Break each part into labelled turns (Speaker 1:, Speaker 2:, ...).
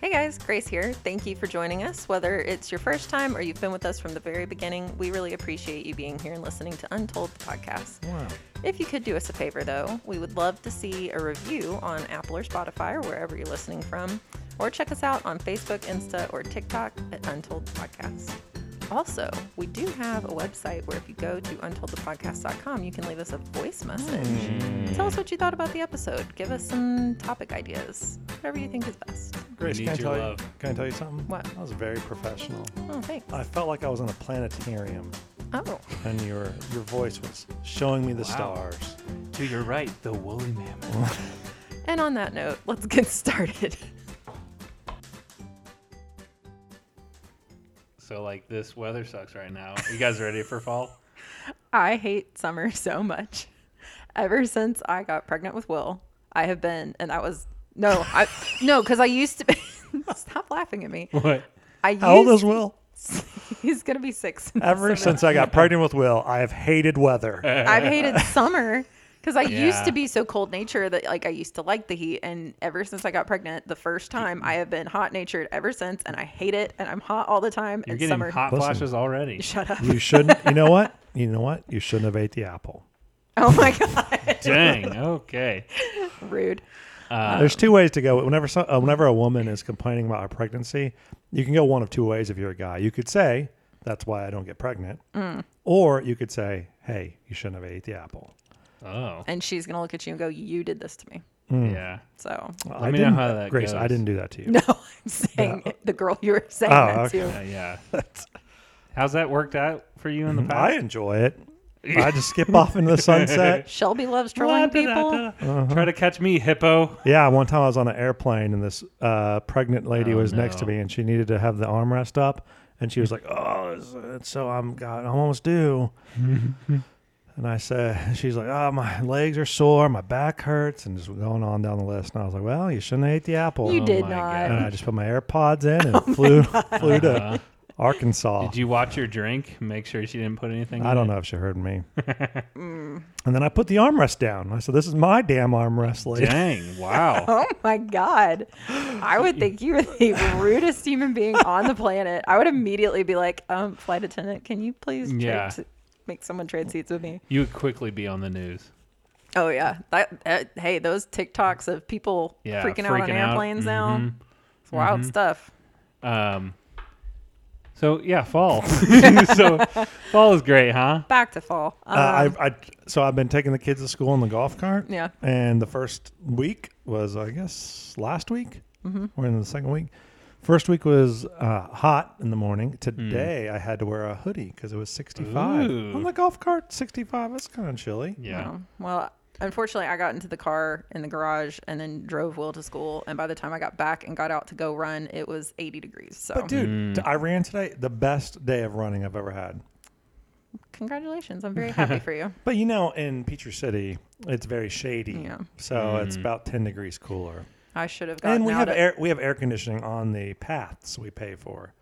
Speaker 1: Hey guys, Grace here. Thank you for joining us. Whether it's your first time or you've been with us from the very beginning, we really appreciate you being here and listening to Untold the podcast.
Speaker 2: Wow.
Speaker 1: If you could do us a favor, though, we would love to see a review on Apple or Spotify or wherever you're listening from, or check us out on Facebook, Insta, or TikTok at Untold Podcast. Also, we do have a website where if you go to untoldthepodcast.com, you can leave us a voice message. Tell us what you thought about the episode. Give us some topic ideas, whatever you think is best.
Speaker 2: Grace,
Speaker 3: We
Speaker 2: can I
Speaker 3: need your
Speaker 2: tell you?
Speaker 3: love.
Speaker 2: Can I tell you something?
Speaker 1: What?
Speaker 2: I was very professional.
Speaker 1: Oh, thanks.
Speaker 2: I felt like I was in a planetarium,
Speaker 1: Oh,
Speaker 2: and your your voice was showing me the
Speaker 3: Wow.
Speaker 2: stars.
Speaker 3: To your right, the woolly mammoth.
Speaker 1: and on that note, let's get started.
Speaker 3: so like this weather sucks right now. You guys ready for fall?
Speaker 1: I hate summer so much. Ever since I got pregnant with Will, I have been, and that was no, I no, because I used to. Be, stop laughing at me.
Speaker 3: What?
Speaker 1: I used,
Speaker 2: How old is Will?
Speaker 1: He's gonna be six. in the
Speaker 2: Ever
Speaker 1: summer.
Speaker 2: since I got pregnant with Will, I have hated weather.
Speaker 1: I've hated summer because I used
Speaker 3: Yeah.
Speaker 1: to be so cold nature that like I used to like the heat, and ever since I got pregnant the first time, I have been hot natured ever since, and I hate it, and I'm hot all the time.
Speaker 3: You're
Speaker 1: and
Speaker 3: getting
Speaker 1: summer,
Speaker 3: hot
Speaker 2: Listen.
Speaker 3: flashes already.
Speaker 1: Shut up!
Speaker 2: You shouldn't. You know what? You know what? You shouldn't have ate the apple.
Speaker 1: Oh my god,
Speaker 3: Dang. Okay.
Speaker 1: rude.
Speaker 2: There's two ways to go. Whenever so, uh, whenever a woman is complaining about her pregnancy, you can go one of two ways. If you're a guy, you could say, "That's why I don't get pregnant," or you could say, "Hey, you shouldn't have ate the apple."
Speaker 3: Oh.
Speaker 1: And she's gonna look at you and go, "You did this to me."
Speaker 2: Hmm.
Speaker 3: Yeah.
Speaker 1: So
Speaker 3: Let me know
Speaker 2: didn't-
Speaker 3: how that
Speaker 2: Grace, I
Speaker 3: goes.
Speaker 2: didn't do that to you.
Speaker 1: No, I'm saying the girl you were saying
Speaker 2: Oh,
Speaker 1: that
Speaker 2: okay.
Speaker 1: to.
Speaker 3: Yeah. Uh, yeah. How's that worked out for you in the
Speaker 2: I
Speaker 3: past?
Speaker 2: enjoy it. I just skip off into the sunset.
Speaker 1: Shelby loves trolling people.
Speaker 2: uh-huh.
Speaker 3: Try to catch me, hippo.
Speaker 2: Yeah, one time I was on an airplane and this uh, pregnant lady
Speaker 3: Oh,
Speaker 2: was next to
Speaker 3: no.
Speaker 2: me and she needed to have the armrest up and she was like, "Oh, it's- it's so I'm God, I'm almost due." and I said, "She's like, oh, my legs are sore, my back hurts," and just going on down the list. And I was like, "Well, you shouldn't have ate the apple."
Speaker 1: You
Speaker 3: Oh
Speaker 1: did
Speaker 3: my
Speaker 1: not.
Speaker 3: God.
Speaker 2: and I just put my AirPods in and flew flew to Arkansas.
Speaker 3: Uh-huh. Did you watch your drink? Make sure she didn't put anything.
Speaker 2: I
Speaker 3: in
Speaker 2: don't
Speaker 3: it?
Speaker 2: know if she heard me. and then I put the armrest down. I said, "This is my damn armrest, lady."
Speaker 3: Dang. Wow.
Speaker 1: Oh my god! I would think you were the rudest human being on the planet. I would immediately be like, um, "Flight attendant, can you please trade
Speaker 3: Yeah.
Speaker 1: se- make someone trade seats with me?"
Speaker 3: you would quickly be on the news.
Speaker 1: Oh yeah, that, that- hey, those TikToks of people
Speaker 3: Yeah,
Speaker 1: freaking, out on
Speaker 3: freaking out. Mm-hmm.
Speaker 1: airplanes now. It's wild stuff.
Speaker 3: Um. So yeah, fall. so fall is great, huh?
Speaker 1: Back to fall. Um,
Speaker 2: Uh, I, I so I've been taking the kids to school in the golf cart.
Speaker 1: Yeah.
Speaker 2: And the first week was, I guess, last week. We're in the second week. First week was uh, hot in the morning. Today I had to wear a hoodie because it was 65
Speaker 3: Hmm. Ooh.
Speaker 2: on the golf cart. 65. That's kind of chilly.
Speaker 3: Yeah.
Speaker 1: Um, Well, unfortunately, I got into the car in the garage and then drove Will to school. And by the time I got back and got out to go run, it was 80 degrees. So,
Speaker 2: But dude, t-
Speaker 3: Hmm.
Speaker 2: I ran today. The best day of running I've ever had.
Speaker 1: congratulations. I'm very happy for you.
Speaker 2: But you know, in Peachtree City, it's very shady.
Speaker 1: Yeah.
Speaker 2: So
Speaker 3: Mm.
Speaker 2: it's about 10 degrees cooler.
Speaker 1: I should have gotten
Speaker 2: and we
Speaker 1: out
Speaker 2: have
Speaker 1: at-
Speaker 2: air we have air conditioning on the paths we pay for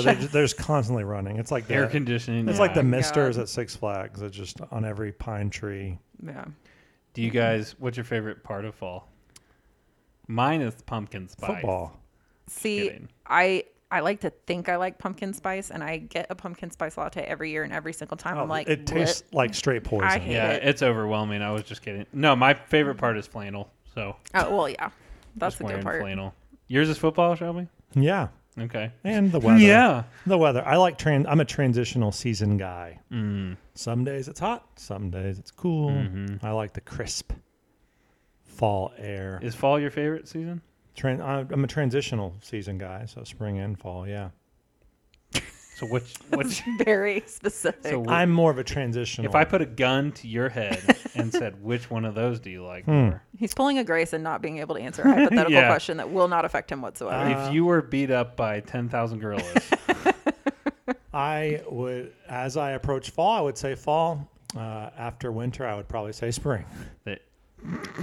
Speaker 2: they're, ju- they're just constantly running it's like the,
Speaker 3: Air conditioning.
Speaker 2: it's like
Speaker 3: yeah.
Speaker 2: the misters
Speaker 1: God.
Speaker 2: at six flags it's just on every pine tree
Speaker 1: Yeah.
Speaker 3: Do you guys? What's your favorite part of fall? Mine is pumpkin spice.
Speaker 2: football
Speaker 1: See,
Speaker 3: kidding.
Speaker 1: I. I like to think I like pumpkin spice, and I get a pumpkin spice latte every year, and every single time
Speaker 2: Oh,
Speaker 1: I'm like,
Speaker 2: it tastes like straight poison
Speaker 1: I hate-
Speaker 3: Yeah,
Speaker 1: it.
Speaker 3: it's overwhelming. I was just kidding. No, my favorite part is flannel. So
Speaker 1: "What?" Oh well, yeah, that's
Speaker 3: just
Speaker 1: the good
Speaker 3: wearing
Speaker 1: part.
Speaker 3: flannel. Yours is football, Shelby.
Speaker 2: yeah
Speaker 3: Okay.
Speaker 2: and the weather
Speaker 3: Yeah.
Speaker 2: the weather i like tran i'm a transitional season guy
Speaker 3: Mm.
Speaker 2: some days it's hot some days it's cool
Speaker 3: Mm-hmm.
Speaker 2: i like the crisp fall air
Speaker 3: Is fall your favorite season?
Speaker 2: Tran- I'm I'm a transitional season guy so spring and fall yeah
Speaker 3: So which which?
Speaker 1: Very specific.
Speaker 3: so wh-
Speaker 2: i'm more of a transitional
Speaker 3: if I put a gun to your head and said, which one of those do you
Speaker 2: Hmm.
Speaker 3: like more?
Speaker 1: He's pulling a grace and not being able to answer a hypothetical
Speaker 3: Yeah.
Speaker 1: question that will not affect him whatsoever.
Speaker 3: if you were beat up by 10,000 gorillas,
Speaker 2: I would, as I approach fall, I would say fall. Uh, after winter, I would probably say spring.
Speaker 3: that-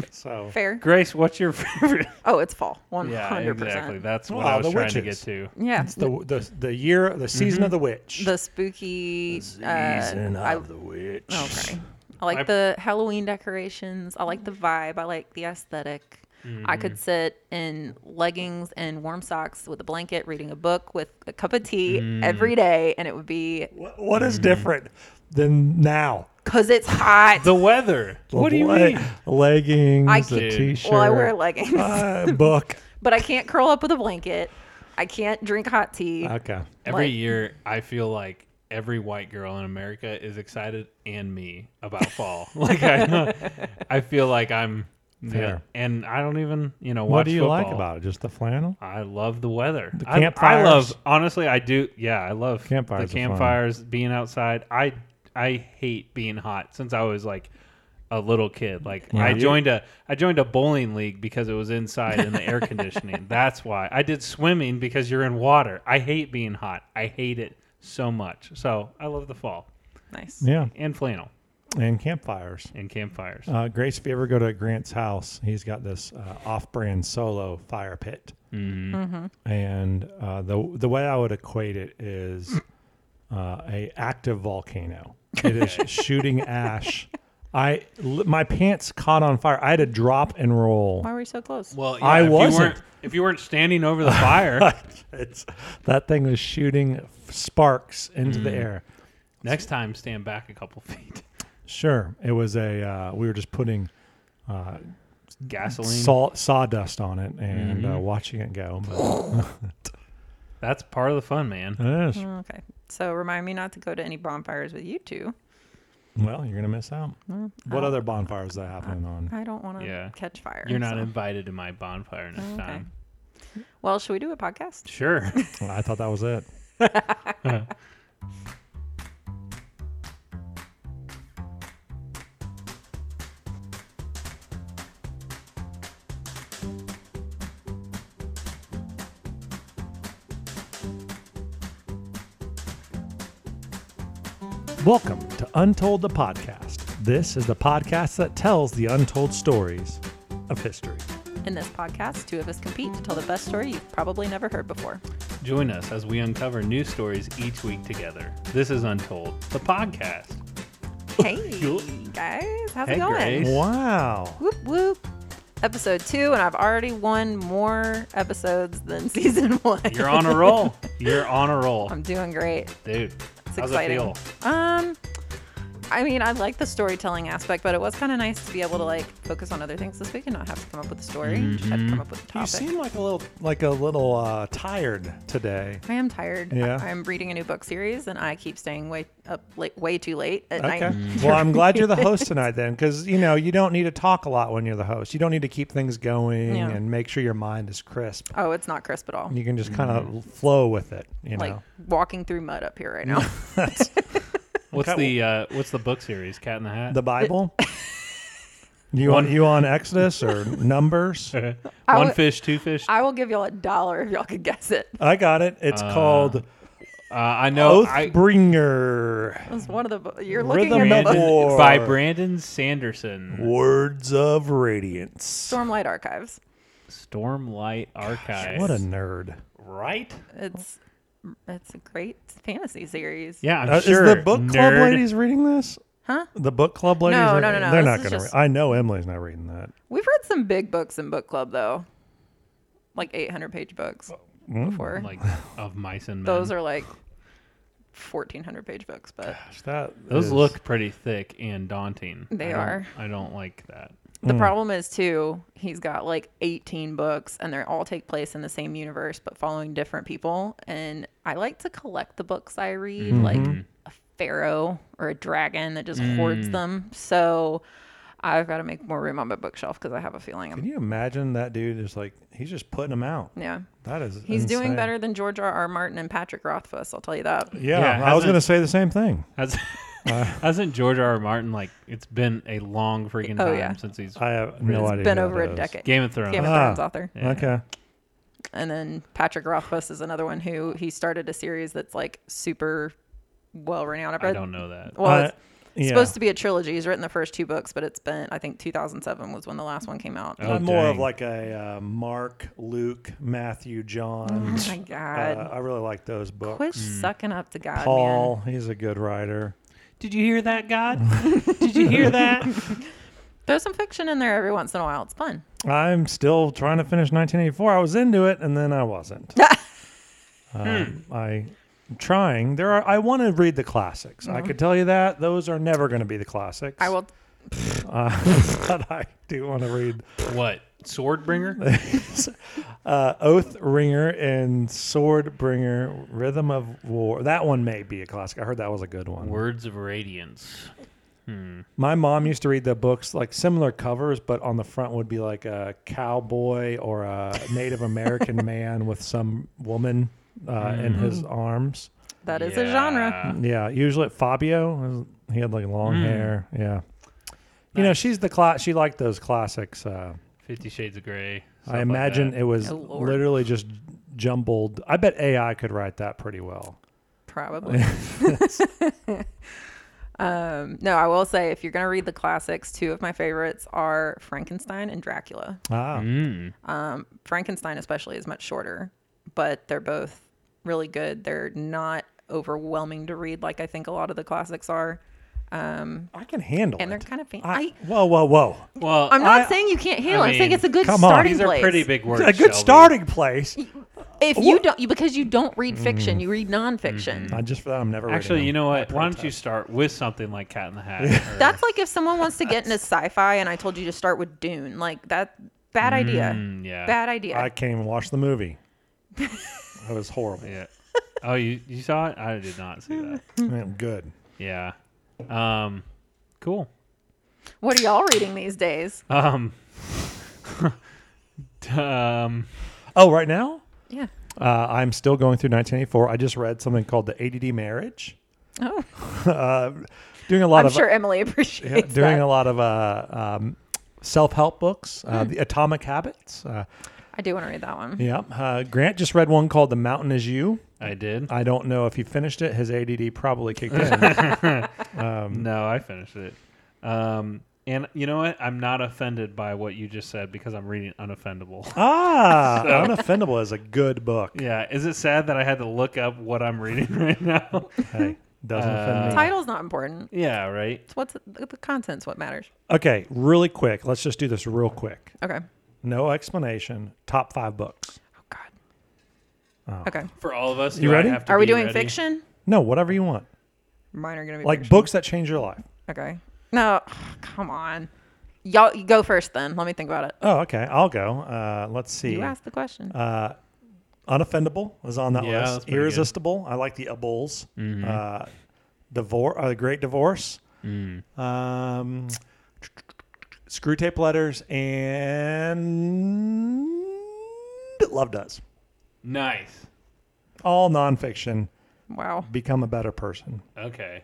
Speaker 2: So,
Speaker 1: Fair.
Speaker 3: Grace, what's your favorite?
Speaker 1: Oh, it's fall. One
Speaker 3: Yeah,
Speaker 1: hundred
Speaker 3: exactly.
Speaker 1: percent.
Speaker 3: That's what
Speaker 2: Wow,
Speaker 3: I was
Speaker 2: the
Speaker 3: trying to get
Speaker 2: witches.
Speaker 3: to.
Speaker 1: Yeah.
Speaker 2: it's the the the year, the season of the witch.
Speaker 1: Mm-hmm. The spooky
Speaker 2: season
Speaker 1: uh, I-
Speaker 2: of the witch.
Speaker 1: Okay. I like
Speaker 3: I-
Speaker 1: the Halloween decorations. I like the vibe. I like the aesthetic. I
Speaker 3: Mm-hmm.
Speaker 1: could sit in leggings and warm socks with a blanket, reading a book with a cup of tea
Speaker 3: Mm.
Speaker 1: every day, and it would be
Speaker 2: What, what is different than now?
Speaker 1: because it's hot.
Speaker 3: The weather. What do you
Speaker 2: Le-
Speaker 3: mean?
Speaker 2: Leggings,
Speaker 1: I
Speaker 2: a
Speaker 1: can't-
Speaker 2: t-shirt.
Speaker 1: well, I wear leggings,
Speaker 2: uh, book.
Speaker 1: but I can't curl up with a blanket. I can't drink hot tea.
Speaker 2: Okay.
Speaker 3: Every
Speaker 1: Like-
Speaker 3: year, I feel like every white girl in America is excited and me about fall. like I, I feel like I'm
Speaker 2: Fair.
Speaker 3: and I don't even you know watch
Speaker 2: What do you like
Speaker 3: football.
Speaker 2: about it? Just the flannel?
Speaker 3: I love the weather.
Speaker 2: The
Speaker 3: I- I,
Speaker 2: campfires.
Speaker 3: love honestly. I do. Yeah, I love
Speaker 2: Campfires are
Speaker 3: The
Speaker 2: fun.
Speaker 3: campfires, being outside. I I hate being hot since I was like a little kid. Like I
Speaker 2: you-
Speaker 3: joined a I joined a bowling league because it was inside in the air conditioning. That's why I did swimming because you're in water. I hate being hot. I hate it so much. So I love the fall
Speaker 1: Nice.
Speaker 2: Yeah,
Speaker 3: and flannel
Speaker 2: and campfires.
Speaker 3: and campfires.
Speaker 2: Uh, Grace, if you ever go to Grant's house, he's got this uh, off-brand solo fire pit, mm-hmm. and uh, the the way I would equate it is uh, a active volcano. It is shooting ash. I li- my pants caught on fire. I had to drop and roll.
Speaker 1: Why were you so close?
Speaker 3: well,
Speaker 2: I
Speaker 3: if you
Speaker 2: wasn't.
Speaker 3: weren't- If you weren't standing over the fire,
Speaker 2: It's, that thing was shooting sparks into the air.
Speaker 3: next time stand back a couple feet.
Speaker 2: Sure, it was a. Uh, we were just putting uh,
Speaker 3: Gasoline.
Speaker 2: salt sawdust on it and uh, watching it go. But
Speaker 3: That's part of the fun, man.
Speaker 2: Yes.
Speaker 1: okay. So remind me not to go to any bonfires with you two.
Speaker 2: Well, you're gonna miss out. What other bonfires that happening on?
Speaker 1: I don't want to
Speaker 3: Yeah.
Speaker 1: catch fire.
Speaker 3: You're not
Speaker 1: so-
Speaker 3: invited to my bonfire next
Speaker 1: Okay.
Speaker 3: time.
Speaker 1: Well, should we do a podcast?
Speaker 3: Sure.
Speaker 2: Well, I thought that was it. Welcome to Untold the Podcast. This is the podcast that tells the untold stories of history.
Speaker 1: In this podcast, two of us compete to tell the best story you've probably never heard before.
Speaker 3: Join us as we uncover new stories each week together. This is Untold, the podcast.
Speaker 1: Hey, guys, how's
Speaker 3: Hey,
Speaker 1: it going?
Speaker 3: Grace.
Speaker 2: Wow.
Speaker 1: Whoop, whoop. Episode two, and I've already won more episodes than season one.
Speaker 3: You're on a roll. You're on a roll.
Speaker 1: I'm doing great.
Speaker 3: Dude,
Speaker 1: It's
Speaker 3: how's
Speaker 1: exciting.
Speaker 3: it feel?
Speaker 1: Um, I mean, I like the storytelling aspect, but it was kind of nice to be able to like focus on other things this week and not have to come up with a story. Just have to
Speaker 3: Mm-hmm.
Speaker 1: come up with a
Speaker 2: You
Speaker 1: topic.
Speaker 2: seem like a little like a little uh, tired today.
Speaker 1: I am tired.
Speaker 2: Yeah.
Speaker 1: I- I'm reading a new book series, and I keep staying way up late, way too late at
Speaker 2: Okay.
Speaker 1: night.
Speaker 2: Well, I'm glad you're the host tonight then, because you know you don't need to talk a lot when you're the host. You don't need to keep things going
Speaker 1: Yeah.
Speaker 2: and make sure your mind is crisp.
Speaker 1: Oh, it's not crisp at all.
Speaker 2: You can just kind of flow with it. You
Speaker 1: Mm-hmm. like
Speaker 2: know.
Speaker 1: walking through mud up here right now.
Speaker 3: What's
Speaker 2: Okay,
Speaker 3: the uh, what's the book series? Cat in the Hat.
Speaker 2: The Bible. you on you on Exodus or Numbers?
Speaker 3: One
Speaker 1: I would-
Speaker 3: fish, two fish. I,
Speaker 1: I will give y'all a dollar if y'all could guess it.
Speaker 2: I got it. It's called
Speaker 3: uh, I
Speaker 1: oh,
Speaker 3: know. I,
Speaker 2: Oathbringer.
Speaker 1: It was one of the. You're
Speaker 2: Rhythm
Speaker 1: looking at the
Speaker 2: of
Speaker 1: book.
Speaker 3: Brandon,
Speaker 2: War.
Speaker 3: by Brandon Sanderson,
Speaker 2: Words of Radiance.
Speaker 1: Stormlight Archives.
Speaker 3: Stormlight Archives.
Speaker 2: What a nerd.
Speaker 3: right?
Speaker 1: It's it's a great fantasy series.
Speaker 3: Yeah, I'm
Speaker 2: Uh,
Speaker 3: sure.
Speaker 2: Is the book club
Speaker 3: nerd.
Speaker 2: ladies reading this?
Speaker 1: Huh?
Speaker 2: The book club ladies?
Speaker 1: No,
Speaker 2: are-
Speaker 1: no, no, no,
Speaker 2: They're
Speaker 1: this
Speaker 2: not
Speaker 1: is
Speaker 2: going to.
Speaker 1: just-
Speaker 2: I know Emily's not reading that.
Speaker 1: We've read some big books in book club though, like 800 page books before.
Speaker 3: like of mice and men.
Speaker 1: Those are like 1400 page books, but
Speaker 2: Gosh, that
Speaker 3: Those
Speaker 2: is-
Speaker 3: look pretty thick and daunting.
Speaker 1: They
Speaker 3: I don't-
Speaker 1: are.
Speaker 3: I don't like that.
Speaker 1: the problem is too he's got like 18 books and they all take place in the same universe but following different people. And I like to collect the books I read,
Speaker 3: Mm-hmm.
Speaker 1: like a pharaoh or a dragon that just hoards
Speaker 3: Mm.
Speaker 1: them. So I've got to make more room on my bookshelf because I have a feeling
Speaker 2: Can
Speaker 1: I'm.
Speaker 2: you imagine that dude is like he's just putting them out?
Speaker 1: Yeah.
Speaker 2: That is
Speaker 1: He's doing
Speaker 2: insane.
Speaker 1: better than George R. R. Martin and Patrick Rothfuss. I'll tell you that.
Speaker 2: Yeah,
Speaker 3: Yeah,
Speaker 2: I
Speaker 3: hasn't-
Speaker 2: was going to say the same thing.
Speaker 3: Has,
Speaker 2: Uh,
Speaker 3: hasn't George R. R. Martin like it's been a long freaking
Speaker 1: Oh,
Speaker 3: time
Speaker 1: yeah.
Speaker 3: since he's
Speaker 2: I have no
Speaker 1: It's
Speaker 2: idea.
Speaker 1: been
Speaker 2: who
Speaker 1: over
Speaker 2: that
Speaker 1: a
Speaker 2: is.
Speaker 1: decade.
Speaker 3: Game of Thrones?
Speaker 1: Game of
Speaker 2: Ah.
Speaker 1: Thrones author.
Speaker 3: Yeah.
Speaker 2: Okay,
Speaker 1: And then Patrick Rothfuss is another one who he started a series that's like super well renowned. I've
Speaker 3: I
Speaker 1: read.
Speaker 3: don't know that.
Speaker 1: Well,
Speaker 2: Uh,
Speaker 1: it's
Speaker 2: yeah.
Speaker 1: supposed to be a trilogy. He's written the first two books, but it's been I think 2007 was when the last one came out.
Speaker 3: Oh,
Speaker 2: I'm more of
Speaker 3: dang.
Speaker 2: like a uh, Mark, Luke, Matthew, John.
Speaker 1: Oh my God.
Speaker 2: Uh, I really like those books.
Speaker 1: Quit sucking up to God,
Speaker 2: Paul, he's a good writer.
Speaker 3: Did you hear that, God? Did you hear that?
Speaker 1: Throw some fiction in there every once in a while. It's fun.
Speaker 2: I'm still trying to finish 1984. I was into it, and then I wasn't.
Speaker 1: Hmm.
Speaker 2: um, I. am Trying, there are. I want to read the classics. I could tell you that those are never going to be the classics.
Speaker 1: Mm-hmm. I will.
Speaker 2: uh, but I do want to read
Speaker 3: What? Swordbringer?
Speaker 2: uh, Oath Ringer and Sword Bringer, Rhythm of War. That one may be a classic. I heard that was a good one.
Speaker 3: Words of Radiance.
Speaker 2: My mom used to read the books like similar covers, but on the front would be like a cowboy or a Native American man with some woman uh, in
Speaker 3: Mm-hmm.
Speaker 2: his arms.
Speaker 1: That is a genre.
Speaker 2: Yeah, usually Fabio. He had like long
Speaker 3: Mm.
Speaker 2: hair. Yeah. You know,
Speaker 3: Nice.
Speaker 2: she's the class. She liked those classics. Uh,
Speaker 3: Fifty Shades of Grey. stuff
Speaker 2: I
Speaker 3: like
Speaker 2: imagine
Speaker 3: that.
Speaker 2: it was
Speaker 1: Oh, Lord.
Speaker 2: literally just jumbled. I bet AI could write that pretty well.
Speaker 1: Probably. um, no, I will say if you're going to read the classics, two of my favorites are Frankenstein and Dracula.
Speaker 2: Ah,
Speaker 3: Mm.
Speaker 1: Um, Frankenstein, especially, is much shorter, but they're both really good. They're not overwhelming to read like I think a lot of the classics are.
Speaker 2: I can handle
Speaker 1: And
Speaker 2: it.
Speaker 1: they're kind of fan-
Speaker 2: I,
Speaker 1: I,
Speaker 2: whoa, whoa, whoa!
Speaker 3: Well,
Speaker 1: I'm not
Speaker 2: I-
Speaker 1: saying you can't handle. it. I'm saying
Speaker 3: mean,
Speaker 1: it's a good
Speaker 2: come on.
Speaker 1: starting
Speaker 3: these are
Speaker 1: place.
Speaker 3: pretty big words.
Speaker 2: a good
Speaker 3: Shelby.
Speaker 2: starting place.
Speaker 1: If you don't, you, because you don't read
Speaker 2: Mm-hmm.
Speaker 1: fiction, you read nonfiction.
Speaker 2: Uh, just for that, I'm never reading
Speaker 3: Actually,
Speaker 2: them.
Speaker 3: you know
Speaker 2: I
Speaker 3: what? Why don't you
Speaker 2: protest.
Speaker 3: start with something like Cat in the Hat? or-
Speaker 1: That's like if someone wants to get into sci-fi, and I told you to start with Dune. Like that, bad idea.
Speaker 3: Mm, yeah.
Speaker 1: Bad idea.
Speaker 2: I can't even watch the movie. that was horrible.
Speaker 3: Yeah. Oh, you you saw it? I did not see that.
Speaker 1: Mm.
Speaker 2: Man, good.
Speaker 3: Yeah. Um, cool.
Speaker 1: what are y'all reading these days?
Speaker 3: Um, um,
Speaker 2: Oh, right now
Speaker 1: Yeah.
Speaker 2: uh, I'm still going through 1984. I just read something called the ADD Marriage.
Speaker 1: Oh,
Speaker 2: Uh, doing a lot
Speaker 1: I'm
Speaker 2: of uh,
Speaker 1: sure Emily
Speaker 2: yeah,
Speaker 1: appreciates
Speaker 2: doing
Speaker 1: that.
Speaker 2: a lot of uh, um, self-help books. Uh,
Speaker 1: Hmm.
Speaker 2: The Atomic Habits. Uh,
Speaker 1: I do want to read that one.
Speaker 2: yeah. Uh, Grant just read one called The Mountain Is You.
Speaker 3: I did.
Speaker 2: I don't know if he finished it. His ADD probably kicked in.
Speaker 3: No, I finished it. Um, and you know what? I'm not offended by what you just said because I'm reading Unoffendable.
Speaker 2: ah, Unoffendable is a good book.
Speaker 3: yeah. Is it sad that I had to look up what I'm reading right now?
Speaker 1: Mm-hmm.
Speaker 2: Hey, doesn't offend me.
Speaker 1: Title's not important.
Speaker 3: yeah. Right.
Speaker 1: It's what's the, the content's what matters.
Speaker 2: Okay, really quick. Let's just do this real quick.
Speaker 1: Okay.
Speaker 3: Oh,
Speaker 2: No explanation. Top five books.
Speaker 1: Oh God. Okay.
Speaker 3: For all of us,
Speaker 2: You
Speaker 3: do I
Speaker 2: ready?
Speaker 3: have to
Speaker 1: Are we
Speaker 3: be
Speaker 1: doing
Speaker 3: ready?
Speaker 1: fiction?
Speaker 2: No, whatever you want.
Speaker 1: Mine are gonna be
Speaker 2: Like
Speaker 1: fiction.
Speaker 2: books that change your life.
Speaker 1: Okay. No. Come on. Y'all you go first then. Let me think about it.
Speaker 2: Oh, okay. I'll go. Uh, let's see.
Speaker 1: You asked the question.
Speaker 2: Uh, Unoffendable is on that
Speaker 3: Yeah, that's
Speaker 2: list.
Speaker 3: pretty good. Mm-hmm.
Speaker 2: Irresistible. I like the Abulls. Uh, divorce. Uh, the Great Divorce.
Speaker 3: Mm.
Speaker 2: Um, screw tape letters and Love Does.
Speaker 3: Nice.
Speaker 2: All nonfiction.
Speaker 1: wow.
Speaker 2: Become a better person.
Speaker 3: Okay.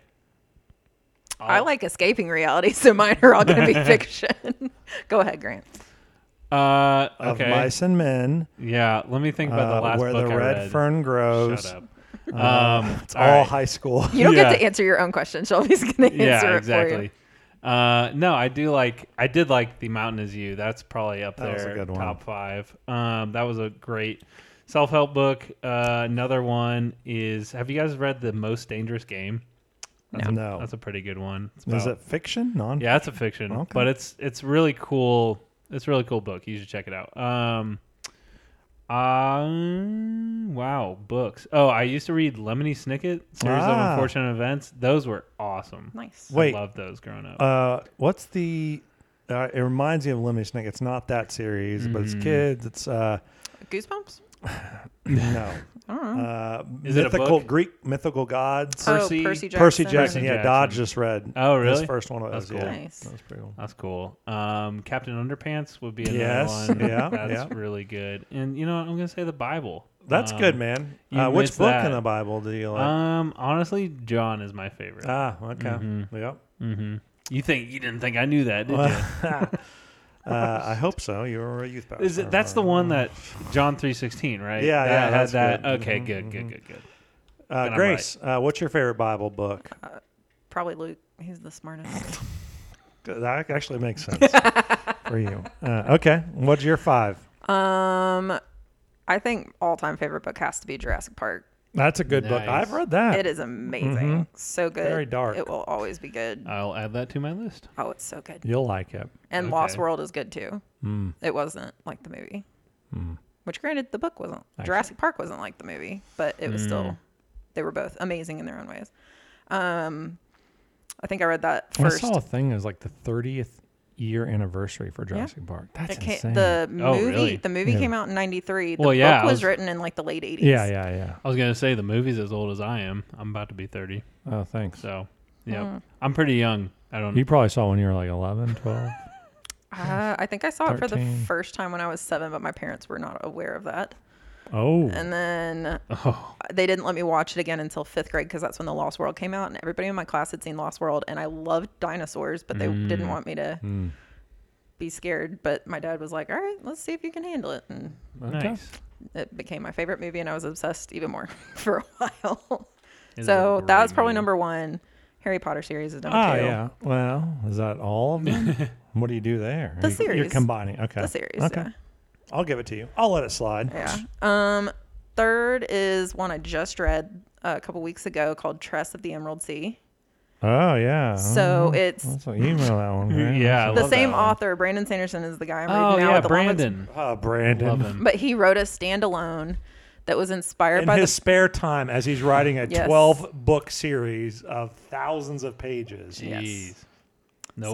Speaker 1: I like escaping reality, so mine are all gonna be fiction. go ahead, Grant.
Speaker 3: Uh,
Speaker 2: Of
Speaker 3: okay.
Speaker 2: mice and men.
Speaker 3: Yeah. Let me think about the
Speaker 2: uh,
Speaker 3: last
Speaker 2: where
Speaker 3: book
Speaker 2: the
Speaker 3: I
Speaker 2: red
Speaker 3: read.
Speaker 2: fern grows.
Speaker 3: Shut up. Um,
Speaker 2: It's all,
Speaker 3: all right.
Speaker 2: high school.
Speaker 1: You don't get
Speaker 3: Yeah.
Speaker 1: to answer your own question. Shelby's gonna answer
Speaker 3: yeah,
Speaker 1: it for you.
Speaker 3: exactly. Uh, no, I do like I did like the Mountain Is You. That's probably up
Speaker 2: That
Speaker 3: there,
Speaker 2: was a good one.
Speaker 3: top five. Um, that was a great self help book. Uh, another one is Have you guys read the Most Dangerous Game?
Speaker 2: no.
Speaker 3: That's a pretty good one. It's
Speaker 2: Oh. Is
Speaker 3: about-
Speaker 2: it fiction? Non.
Speaker 3: Yeah, it's a fiction,
Speaker 2: Okay.
Speaker 3: but it's it's really cool. It's a really cool book. You should check it out. Um, um, wow, books. Oh, I used to read Lemony Snicket series of
Speaker 2: Ah.
Speaker 3: unfortunate events. Those were awesome.
Speaker 1: Nice.
Speaker 2: Wait.
Speaker 3: I loved those growing up.
Speaker 2: Uh, what's the? Uh, it reminds me of Lemony Snicket. It's not that series, but
Speaker 3: Hmm.
Speaker 2: it's kids. It's uh,
Speaker 1: Goosebumps?
Speaker 2: no.
Speaker 1: don't
Speaker 2: Uh,
Speaker 3: Is it a
Speaker 2: mythical
Speaker 3: book?
Speaker 2: Greek mythical gods.
Speaker 3: Per- Percy-
Speaker 1: oh, Percy Jackson.
Speaker 2: Percy Jackson.
Speaker 3: Percy
Speaker 2: Yeah,
Speaker 3: Jackson.
Speaker 2: Dodge just read.
Speaker 3: Oh,
Speaker 2: His
Speaker 3: really?
Speaker 2: first one of
Speaker 3: That's
Speaker 2: those.
Speaker 3: cool.
Speaker 2: Yeah,
Speaker 1: Nice.
Speaker 2: that was pretty cool.
Speaker 3: That's cool. Um, Captain Underpants would be another
Speaker 2: Yes,
Speaker 3: one.
Speaker 2: yeah,
Speaker 3: that's
Speaker 2: yeah.
Speaker 3: really good. And you know, what? I'm gonna say the Bible.
Speaker 2: That's
Speaker 3: Um,
Speaker 2: good, man.
Speaker 3: you
Speaker 2: Uh, which
Speaker 3: missed
Speaker 2: book in
Speaker 3: that.
Speaker 2: the Bible do you like?
Speaker 3: Um, honestly, John is my favorite.
Speaker 2: ah, okay.
Speaker 3: mm-hmm.
Speaker 2: Yep.
Speaker 3: you think you didn't think I knew that, did you?
Speaker 2: uh, I hope so. You were a youth pastor. Uh,
Speaker 3: Is it, that's the one that John three sixteen, right?
Speaker 2: Yeah,
Speaker 3: that
Speaker 2: yeah,
Speaker 3: had
Speaker 2: that's
Speaker 3: that.
Speaker 2: good.
Speaker 3: Okay,
Speaker 2: Mhm,
Speaker 3: good, good, good, good.
Speaker 2: Uh,
Speaker 3: I'm
Speaker 2: Grace, uh, what's your favorite Bible book?
Speaker 1: Probably Luke. He's the smartest.
Speaker 2: That actually makes sense for you. Uh, okay, what's your five?
Speaker 1: um I think all time favorite book has to be Jurassic Park.
Speaker 2: That's a good book.
Speaker 3: Nice.
Speaker 2: I've read that.
Speaker 1: It is amazing. So good.
Speaker 2: Mm-hmm. Very dark. Uh,
Speaker 1: It will always be good.
Speaker 3: I'll add that to my list.
Speaker 1: Oh, it's so good.
Speaker 2: You'll like it.
Speaker 1: And Lost
Speaker 3: okay.
Speaker 1: World is good too. It wasn't like the movie. Which, granted, the book wasn't.
Speaker 2: Actually.
Speaker 1: Jurassic Park wasn't like the movie, but it was still. They were both amazing in their own ways. Um, I think I read that first.
Speaker 2: I saw a thing as like the 30th year anniversary for Jurassic Park. That's
Speaker 1: It ca-
Speaker 2: insane.
Speaker 1: the movie.
Speaker 3: Oh, really?
Speaker 1: The movie
Speaker 2: Yeah.
Speaker 1: came out in '93. The
Speaker 3: Well, yeah,
Speaker 1: book
Speaker 3: I
Speaker 1: was,
Speaker 3: was-
Speaker 1: written in like the late '80s.
Speaker 2: yeah, yeah, yeah.
Speaker 3: I was gonna say the movie's as old as I am. I'm about to be 30,
Speaker 2: Oh, thanks.
Speaker 3: so yeah,
Speaker 1: Hmm.
Speaker 3: I'm pretty young. I don't.
Speaker 2: You probably saw when you were like 11, 12.
Speaker 1: Uh, I think I saw it for the
Speaker 2: 13.
Speaker 1: first time when I was seven, but my parents were not aware of that.
Speaker 2: oh,
Speaker 1: And then
Speaker 3: Oh,
Speaker 1: they didn't let me watch it again until fifth grade because that's when The Lost World came out, and everybody in my class had seen Lost World, and I loved dinosaurs, but they
Speaker 3: Mm.
Speaker 1: didn't want me to
Speaker 3: Hmm.
Speaker 1: be scared. But my dad was like, "All right, let's see if you can handle it," and
Speaker 2: okay.
Speaker 3: nice.
Speaker 1: it became my favorite movie, and I was obsessed even more for a while.
Speaker 3: It is
Speaker 1: so
Speaker 3: a
Speaker 1: that was
Speaker 3: great
Speaker 1: probably
Speaker 3: movie.
Speaker 1: number one. Harry Potter series is number
Speaker 2: Ah,
Speaker 1: two.
Speaker 2: yeah. Well, is that all of them? what do you do there?
Speaker 1: The
Speaker 2: You- You're
Speaker 1: series.
Speaker 2: combining. Okay.
Speaker 1: The series,
Speaker 2: Okay.
Speaker 1: yeah.
Speaker 2: I'll give it to you. I'll let it slide.
Speaker 1: Yeah. Um, third is one I just read uh, a couple weeks ago called Tress of the Emerald Sea.
Speaker 2: Oh, yeah.
Speaker 1: So
Speaker 3: Oh,
Speaker 1: it's
Speaker 2: That's what you email that one. right?
Speaker 3: Yeah, I
Speaker 1: the
Speaker 3: love
Speaker 1: same
Speaker 3: that one.
Speaker 1: author, Brandon Sanderson, is the guy I'm reading
Speaker 3: Oh
Speaker 1: now.
Speaker 3: yeah,
Speaker 1: with the Woman's-
Speaker 3: Brandon.
Speaker 2: Oh,
Speaker 3: Love
Speaker 2: Brandon.
Speaker 3: him.
Speaker 1: But he wrote a standalone that was inspired
Speaker 2: In
Speaker 1: by
Speaker 2: his
Speaker 1: the
Speaker 2: spare time, as he's writing a
Speaker 1: Yes.
Speaker 2: 12 book series of thousands of pages.
Speaker 1: Yes.
Speaker 3: Jeez. Nope.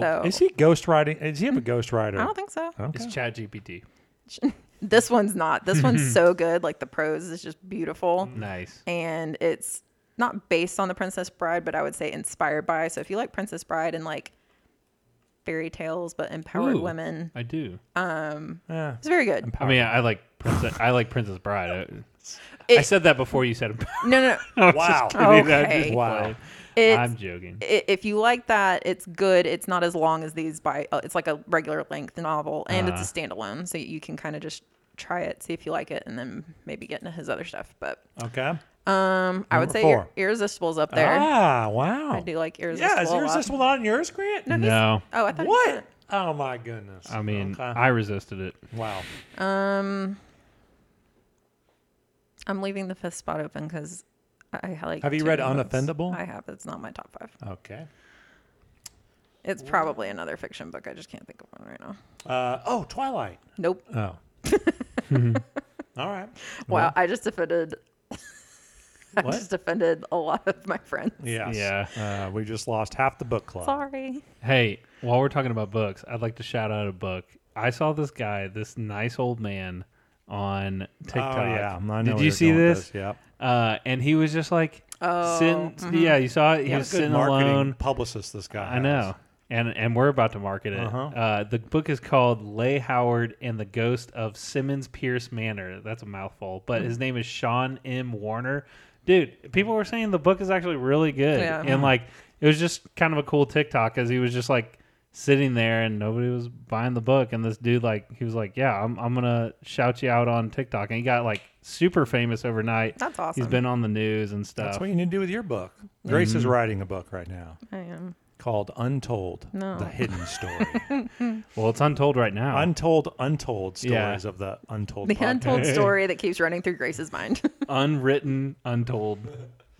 Speaker 1: so
Speaker 2: Is he ghostwriting? Is he have a ghostwriter?
Speaker 1: Oh. Mm. I don't think so.
Speaker 2: Okay.
Speaker 3: It's ChatGPT.
Speaker 1: This one's not. This one's so good. Like the prose is just beautiful.
Speaker 3: Nice.
Speaker 1: and it's not based on the Princess Bride, but I would say inspired by. So if you like Princess Bride and like fairy tales, but empowered
Speaker 3: Ooh.
Speaker 1: women,
Speaker 3: I do.
Speaker 2: Yeah.
Speaker 1: it's very good.
Speaker 3: I mean, I like Princess. I like Princess Bride. I, I
Speaker 1: It-
Speaker 3: said that before you said.
Speaker 1: No, no, no.
Speaker 3: I was
Speaker 2: Wow.
Speaker 3: just kidding. I'm
Speaker 1: Okay.
Speaker 3: just
Speaker 2: Wow.
Speaker 3: playing.
Speaker 1: It's,
Speaker 3: I'm joking.
Speaker 1: i- if you like that, it's good. It's not as long as these by. Uh, it's like a regular length novel, and
Speaker 2: Uh-huh.
Speaker 1: it's a standalone, so you can kind of just try it, see if you like it, and then maybe get into his other stuff. But
Speaker 2: Okay.
Speaker 1: um, I would
Speaker 2: Number
Speaker 1: say
Speaker 2: four.
Speaker 1: ir- Irresistible's up there.
Speaker 2: Ah, wow.
Speaker 1: I do like Irresistible.
Speaker 2: Yeah, is
Speaker 1: a lot.
Speaker 2: irresistible not on yours, Grant?
Speaker 1: No, he's-
Speaker 3: No.
Speaker 1: Oh, I thought. he said
Speaker 2: What?
Speaker 1: it.
Speaker 2: Oh my goodness.
Speaker 3: I mean,
Speaker 2: Okay.
Speaker 3: I resisted it.
Speaker 2: wow.
Speaker 1: Um, I'm leaving the fifth spot open because I, I like.
Speaker 2: Have you
Speaker 1: two
Speaker 2: read
Speaker 1: new books.
Speaker 2: Unoffendable? Uh,
Speaker 1: I have. It's not my top five.
Speaker 2: Okay.
Speaker 1: It's probably another fiction book. I just can't think of one right now.
Speaker 2: Uh, oh, Twilight.
Speaker 1: Nope.
Speaker 2: Oh. All right.
Speaker 1: Wow, I just offended. I
Speaker 2: What?
Speaker 1: just offended a lot of my friends.
Speaker 2: Yes. Uh, we just lost half the book club.
Speaker 1: Sorry.
Speaker 3: Hey, while we're talking about books, I'd like to shout out a book. I saw this guy, this nice old man, on TikTok.
Speaker 2: Oh yeah, I know
Speaker 3: Did
Speaker 2: where
Speaker 3: you
Speaker 2: you're
Speaker 3: see
Speaker 2: going with
Speaker 3: this?
Speaker 2: Yep.
Speaker 3: Uh, and he was just like
Speaker 1: Oh,
Speaker 3: sitting. Yeah, you saw it. He
Speaker 2: What
Speaker 3: was
Speaker 2: a good
Speaker 3: sitting
Speaker 2: marketing
Speaker 3: alone.
Speaker 2: publicist this guy.
Speaker 3: I know. And and we're about to market it.
Speaker 2: Uh-huh.
Speaker 3: Uh, the book is called Lay Howard and the Ghost of Simmons Pierce Manor. That's a mouthful, but
Speaker 2: Hmm.
Speaker 3: his name is Sean M. Warner. Dude, people were saying the book is actually really good,
Speaker 1: Yeah.
Speaker 3: and like it was just kind of a cool TikTok as he was just like sitting there and nobody was buying the book, and this dude like he was like, yeah, I'm I'm gonna shout you out on TikTok, and he got like super famous overnight.
Speaker 1: That's
Speaker 3: He's
Speaker 1: awesome.
Speaker 3: been on the news and stuff.
Speaker 2: That's what you need to do with your book. Grace is writing a book right now
Speaker 1: I am.
Speaker 2: called Untold:
Speaker 1: No. Oh.
Speaker 2: The Hidden Story.
Speaker 3: well, it's untold right now.
Speaker 2: Untold, untold
Speaker 3: Yeah.
Speaker 2: stories of the Untold.
Speaker 1: The
Speaker 2: podcast.
Speaker 1: untold story that keeps running through Grace's mind.
Speaker 3: unwritten, untold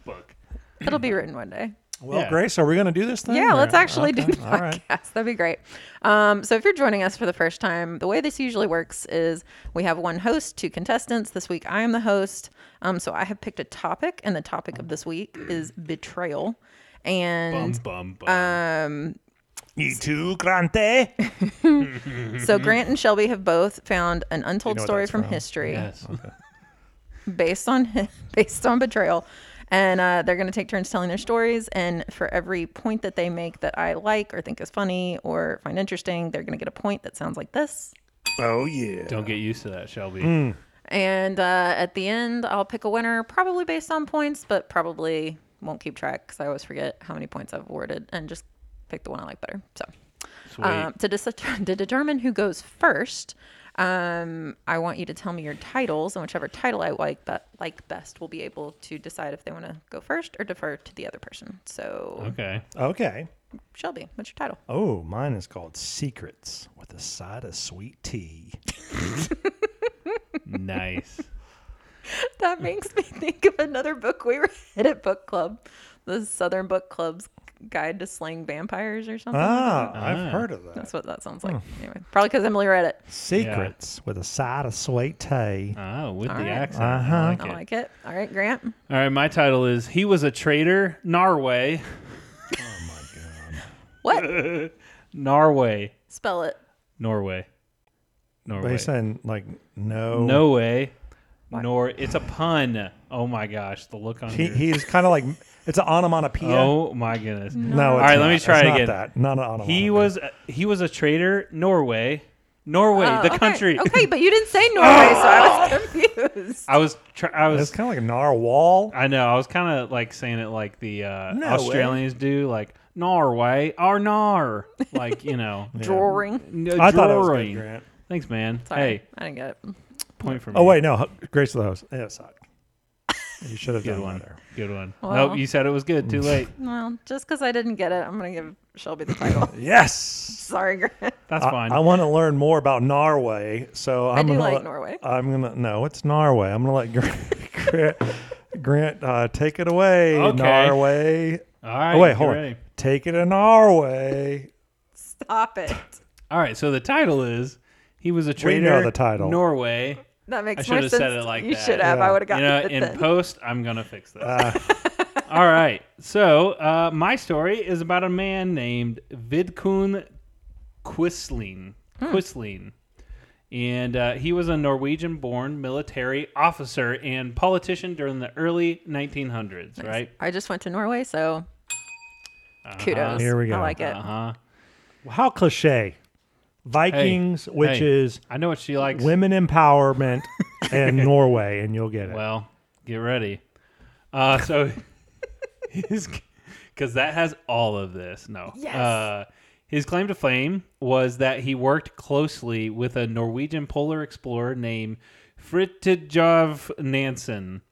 Speaker 3: book.
Speaker 1: It'll be written one day.
Speaker 2: Well,
Speaker 3: Yeah.
Speaker 2: Grace, are we going to do this thing?
Speaker 1: Yeah,
Speaker 2: or-
Speaker 1: let's actually
Speaker 2: okay,
Speaker 1: do the
Speaker 2: All
Speaker 1: podcast.
Speaker 2: right.
Speaker 1: That'd be great. Um, so, if you're joining us for the first time, the way this usually works is we have one host, two contestants. This week, I am the host. Um, so, I have picked a topic, and the topic of this week is betrayal.
Speaker 3: Bum
Speaker 1: And
Speaker 3: bum bum.
Speaker 1: Uh,
Speaker 2: You too, Grante.
Speaker 1: so, Grant and Shelby have both found an untold
Speaker 2: know what
Speaker 1: story
Speaker 2: that's
Speaker 1: from,
Speaker 2: from?
Speaker 1: history
Speaker 3: yes.
Speaker 1: based on based on betrayal. And uh, they're going to take turns telling their stories. And for every point that they make that I like or think is funny or find interesting, they're going to get a point that sounds like this.
Speaker 2: Oh yeah.
Speaker 3: Don't get used to that, Shelby.
Speaker 2: Hmm.
Speaker 1: And uh, at the end, I'll pick a winner, probably based on points, but probably won't keep track because I always forget how many points I've awarded and just pick the one I like better. So,
Speaker 3: Sweet.
Speaker 1: um, to, dis- to determine who goes first, um, I want you to tell me your titles, and whichever title I like, that like best will be able to decide if they want to go first or defer to the other person. So,
Speaker 3: okay.
Speaker 2: Okay.
Speaker 1: Shelby, what's your title?
Speaker 2: Oh, mine is called Secrets with a side of sweet tea.
Speaker 3: Nice.
Speaker 1: that makes me think of another book we read at book club, the Southern Book Club's Guide to Slaying Vampires or something. like
Speaker 2: Ah,
Speaker 1: that.
Speaker 2: I've
Speaker 3: Ah.
Speaker 2: heard of that.
Speaker 1: that's what that sounds like. Anyway, probably because Emily read it.
Speaker 2: Secrets with a side of sweet tea.
Speaker 3: Oh, with
Speaker 1: All
Speaker 3: the
Speaker 1: right.
Speaker 3: accent.
Speaker 2: Uh-huh.
Speaker 3: I like
Speaker 1: I
Speaker 3: it.
Speaker 1: like it. All right, Grant.
Speaker 3: All right, my title is He Was a Traitor, Norway. Oh,
Speaker 1: What?
Speaker 3: Norway.
Speaker 1: Spell it.
Speaker 3: Norway.
Speaker 2: But
Speaker 3: Norway.
Speaker 2: he's saying like no,
Speaker 3: No way. Nor it's a pun. Oh my gosh, the look on
Speaker 2: He,
Speaker 3: your-
Speaker 2: he's kind of like it's an onomatopoeia.
Speaker 3: Oh my goodness.
Speaker 1: Mm.
Speaker 2: no, all
Speaker 3: right, let me try
Speaker 2: it's
Speaker 3: it
Speaker 2: not
Speaker 3: again.
Speaker 2: That not an onomatopoeia.
Speaker 3: He was he was a traitor, Norway. Norway,
Speaker 1: Oh,
Speaker 3: the
Speaker 1: okay.
Speaker 3: country.
Speaker 1: Okay, but you didn't say Norway, so I was confused.
Speaker 3: I was try- I was
Speaker 2: It's kind of like a narwhal.
Speaker 3: I know. I was kind of like saying it like the uh,
Speaker 2: No
Speaker 3: Australians do, like Norway or Nar, like you know.
Speaker 1: Drawing.
Speaker 3: No,
Speaker 2: I thought it was
Speaker 3: drawing.
Speaker 2: good, Grant.
Speaker 3: Thanks, man.
Speaker 1: Sorry,
Speaker 3: Hey,
Speaker 1: I didn't get it.
Speaker 3: point for me.
Speaker 2: Oh wait, no, H- Grace of the Host. Yeah, sorry. You should have
Speaker 3: good
Speaker 2: done
Speaker 3: one.
Speaker 2: one there.
Speaker 3: Good one.
Speaker 1: Well.
Speaker 3: nope, you said it was good. Too late.
Speaker 1: Well, just because I didn't get it, I'm gonna give Shelby the title.
Speaker 2: Yes.
Speaker 1: Sorry, Grant.
Speaker 3: That's
Speaker 2: I,
Speaker 3: fine.
Speaker 2: I want to learn more about Norway, so I'm
Speaker 1: do
Speaker 2: gonna
Speaker 1: like
Speaker 2: let-
Speaker 1: Norway.
Speaker 2: I'm gonna no, it's Norway. I'm gonna let Grant, Grant, Grant uh, take it away.
Speaker 3: Okay.
Speaker 2: Norway.
Speaker 3: All right.
Speaker 2: Oh wait,
Speaker 3: get
Speaker 2: hold
Speaker 3: ready.
Speaker 2: on. Take it in Norway.
Speaker 1: Stop it.
Speaker 3: All right. So the title is he was a
Speaker 2: We
Speaker 3: traitor.
Speaker 2: know the title.
Speaker 3: Norway.
Speaker 1: That makes more
Speaker 3: should've
Speaker 1: sense.
Speaker 3: said it like
Speaker 1: you
Speaker 3: that.
Speaker 1: should have. I
Speaker 2: Yeah.
Speaker 1: would have
Speaker 3: You
Speaker 1: gotten
Speaker 3: know,
Speaker 1: it
Speaker 3: in
Speaker 1: then.
Speaker 3: post, I'm gonna fix
Speaker 2: Oh,
Speaker 3: that.
Speaker 2: Uh,
Speaker 3: All right. So uh, my story is about a man named Vidkun Quisling. Quisling. And uh, he was a Norwegian born military officer and politician during the early 1900s, right?
Speaker 1: I just went to Norway, so
Speaker 3: Uh-huh.
Speaker 1: kudos.
Speaker 2: Here we go.
Speaker 1: I like it.
Speaker 3: Uh huh.
Speaker 2: How cliche. Vikings, which
Speaker 3: hey.
Speaker 2: is
Speaker 3: I know what she likes.
Speaker 2: women empowerment and Norway, and you'll get it.
Speaker 3: Well, get ready. Uh, so, because that has all of this. No.
Speaker 1: Yes.
Speaker 3: Uh, his claim to fame was that he worked closely with a Norwegian polar explorer named Fridtjof Nansen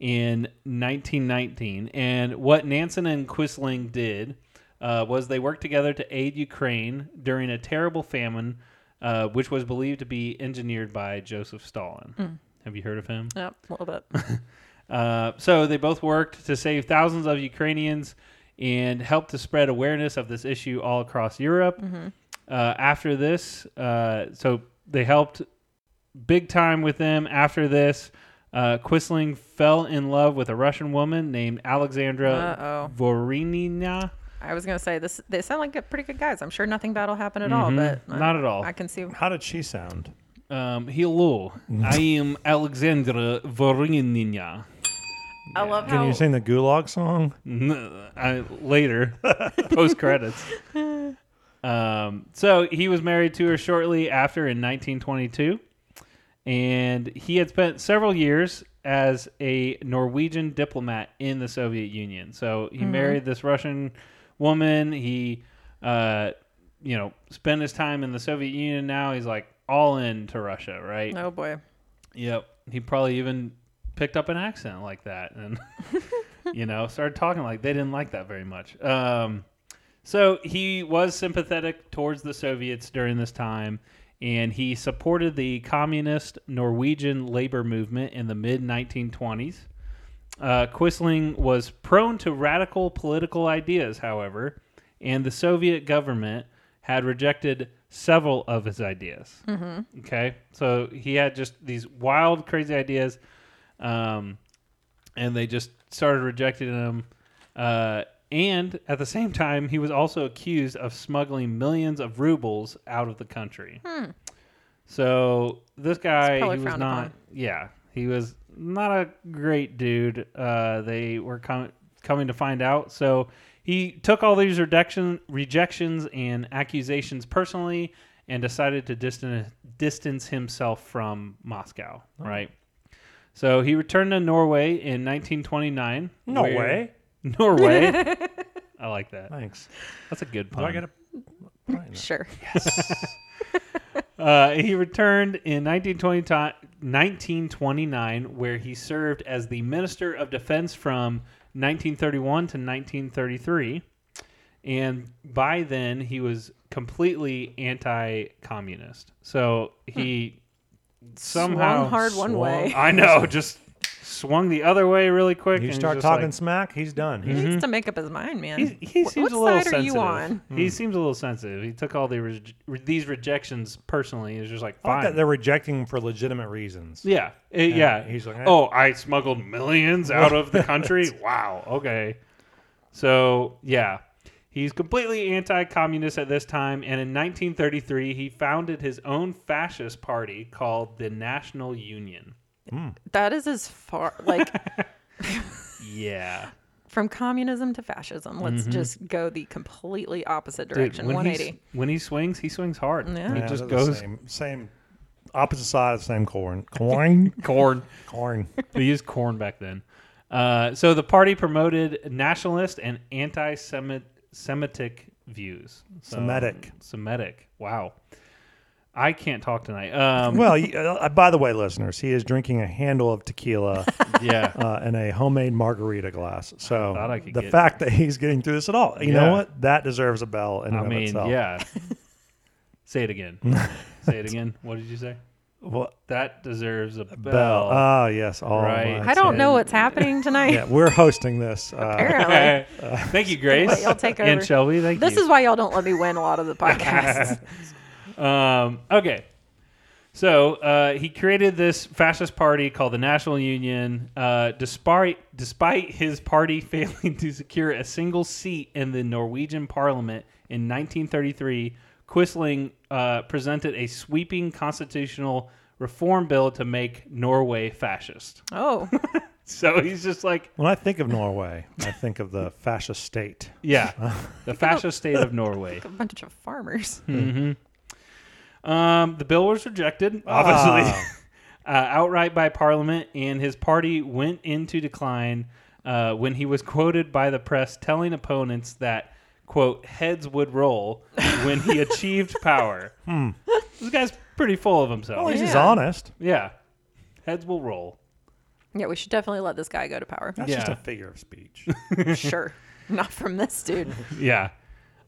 Speaker 3: in 1919. And what Nansen and Quisling did uh, was they worked together to aid Ukraine during a terrible famine, uh, which was believed to be engineered by Joseph Stalin. Have you heard of him?
Speaker 1: Yep, a little bit.
Speaker 3: Uh, so they both worked to save thousands of Ukrainians and helped to spread awareness of this issue all across Europe.
Speaker 1: Mm-hmm.
Speaker 3: Uh, after this, uh, so they helped big time with them. After this, uh, Quisling fell in love with a Russian woman named Alexandra
Speaker 1: Uh-oh.
Speaker 3: Voronina.
Speaker 1: I was gonna say this. They sound like good- pretty good guys. I'm sure nothing bad will happen at all,
Speaker 3: Mhm.
Speaker 1: but I-
Speaker 3: Not at all.
Speaker 1: Uh, I can see.
Speaker 2: How did she sound?
Speaker 3: Um, hello, I am Alexandra Voronina.
Speaker 1: I love
Speaker 2: Can
Speaker 1: how
Speaker 2: you sing the Gulag song?
Speaker 3: N- I, later, post credits. Um, so he was married to her shortly after in 1922, and he had spent several years as a Norwegian diplomat in the Soviet Union. So he married this Russian woman. He, uh, you know, spent his time in the Soviet Union. Now he's like all into Russia, right?
Speaker 1: oh boy,
Speaker 3: Yep. He probably even picked up an accent like that and you know, started talking like they didn't like that very much. Um so he was sympathetic towards the Soviets during this time and he supported the communist Norwegian labor movement in the mid 1920s. Uh, Quisling was prone to radical political ideas, however, and the Soviet government had rejected several of his ideas. Okay, so he had just these wild, crazy ideas, um, and they just started rejecting him. Uh, and at the same time, he was also accused of smuggling millions of rubles out of the country. So this guy,
Speaker 1: Hmm. probably
Speaker 3: he was
Speaker 1: frowned
Speaker 3: not.
Speaker 1: upon.
Speaker 3: Yeah, he was not a great dude. Uh, they were com- coming to find out. So he took all these rejection- rejections and accusations personally and decided to distance, distance himself from Moscow,
Speaker 1: Oh.
Speaker 3: right? So he returned to Norway in 1929.
Speaker 2: No
Speaker 3: where-
Speaker 2: way.
Speaker 3: Norway. I like that.
Speaker 2: Thanks.
Speaker 3: That's a good
Speaker 2: Do
Speaker 3: pun.
Speaker 2: I get a?
Speaker 1: sure.
Speaker 3: Uh, he returned in 1920 ti- 1929, where he served as the Minister of Defense from 1931 to 1933. And by then, he was completely anti communist. So he somehow.
Speaker 1: Swung hard one
Speaker 2: Hmm. swung
Speaker 1: way.
Speaker 3: I know, just swung the other way really quick.
Speaker 2: You
Speaker 3: and
Speaker 2: start
Speaker 3: he's just like-
Speaker 2: talking smack, he's done.
Speaker 1: He
Speaker 2: He,
Speaker 1: needs to make up his mind, man.
Speaker 3: Mm-hmm. He, he
Speaker 1: Wh-
Speaker 3: seems
Speaker 1: what
Speaker 3: a little
Speaker 1: side
Speaker 3: sensitive.
Speaker 1: are you on?
Speaker 3: He seems a little sensitive. He took all the re- re- these rejections personally. He's just like,
Speaker 2: I
Speaker 3: Mm-hmm.
Speaker 2: like
Speaker 3: fine.
Speaker 2: that they're rejecting him for legitimate reasons.
Speaker 3: yeah, eh, yeah.
Speaker 2: he's like, eh.
Speaker 3: oh, I smuggled millions out of the country. wow. Okay. So yeah, he's completely anti-communist at this time, and in 1933 he founded his own fascist party called the National Union.
Speaker 1: That is as far like
Speaker 3: Yeah.
Speaker 1: from communism to fascism. Let's just go the completely opposite direction.
Speaker 3: Mm-hmm. when, he,
Speaker 1: 180.
Speaker 3: s- when he swings, he swings hard.
Speaker 1: Yeah.
Speaker 3: He
Speaker 2: Yeah,
Speaker 3: just
Speaker 2: they're the
Speaker 3: goes
Speaker 2: same, same, opposite side of the same corn. Corn,
Speaker 3: corn.
Speaker 2: corn.
Speaker 3: They used corn back then. Uh, so the party promoted nationalist and anti-Semitic views. So-
Speaker 2: Semitic.
Speaker 3: Semitic. Wow. I can't talk tonight. Um,
Speaker 2: Well, you- uh, by the way, listeners, he is drinking a handle of tequila
Speaker 3: yeah.
Speaker 2: uh, in a homemade margarita glass. So
Speaker 3: thought I could
Speaker 2: the
Speaker 3: get-
Speaker 2: fact that he's getting through this at all, you
Speaker 3: Yeah.
Speaker 2: know what? That deserves a bell in
Speaker 3: I
Speaker 2: and of
Speaker 3: mean,
Speaker 2: itself.
Speaker 3: yeah. Say it again. Say it again. What did you say?
Speaker 2: Well,
Speaker 3: That deserves a
Speaker 2: bell.
Speaker 3: bell.
Speaker 2: Ah, yes. All
Speaker 3: Right.
Speaker 2: right.
Speaker 1: I don't
Speaker 3: it.
Speaker 1: know what's happening tonight.
Speaker 2: Yeah, we're hosting this. Uh,
Speaker 1: Apparently.
Speaker 3: thank you, Grace.
Speaker 1: I'll take
Speaker 3: And
Speaker 1: over.
Speaker 3: Shelby, thank you.
Speaker 1: This is why y'all don't let me win a lot of the podcasts.
Speaker 3: Um, okay. So uh, he created this fascist party called the National Union. Uh, despite despite his party failing to secure a single seat in the Norwegian Parliament in 1933, Quisling uh, presented a sweeping constitutional reform bill to make Norway fascist.
Speaker 1: oh,
Speaker 3: So he's just like,
Speaker 2: when I think of Norway, I think of the fascist state.
Speaker 3: yeah, the fascist state of Norway.
Speaker 1: a bunch of farmers.
Speaker 3: Hmm. Um, the bill was rejected, obviously, uh, outright by Parliament, and his party went into decline uh, when he was quoted by the press telling opponents that, quote, heads would roll when he achieved power. This guy's pretty full of himself.
Speaker 2: Well, he's just
Speaker 1: Yeah.
Speaker 2: honest.
Speaker 3: yeah. Heads will roll.
Speaker 1: Yeah, we should definitely let this guy go to power.
Speaker 2: That's just
Speaker 3: Yeah.
Speaker 2: a figure of speech.
Speaker 1: sure. Not from this dude.
Speaker 3: Yeah.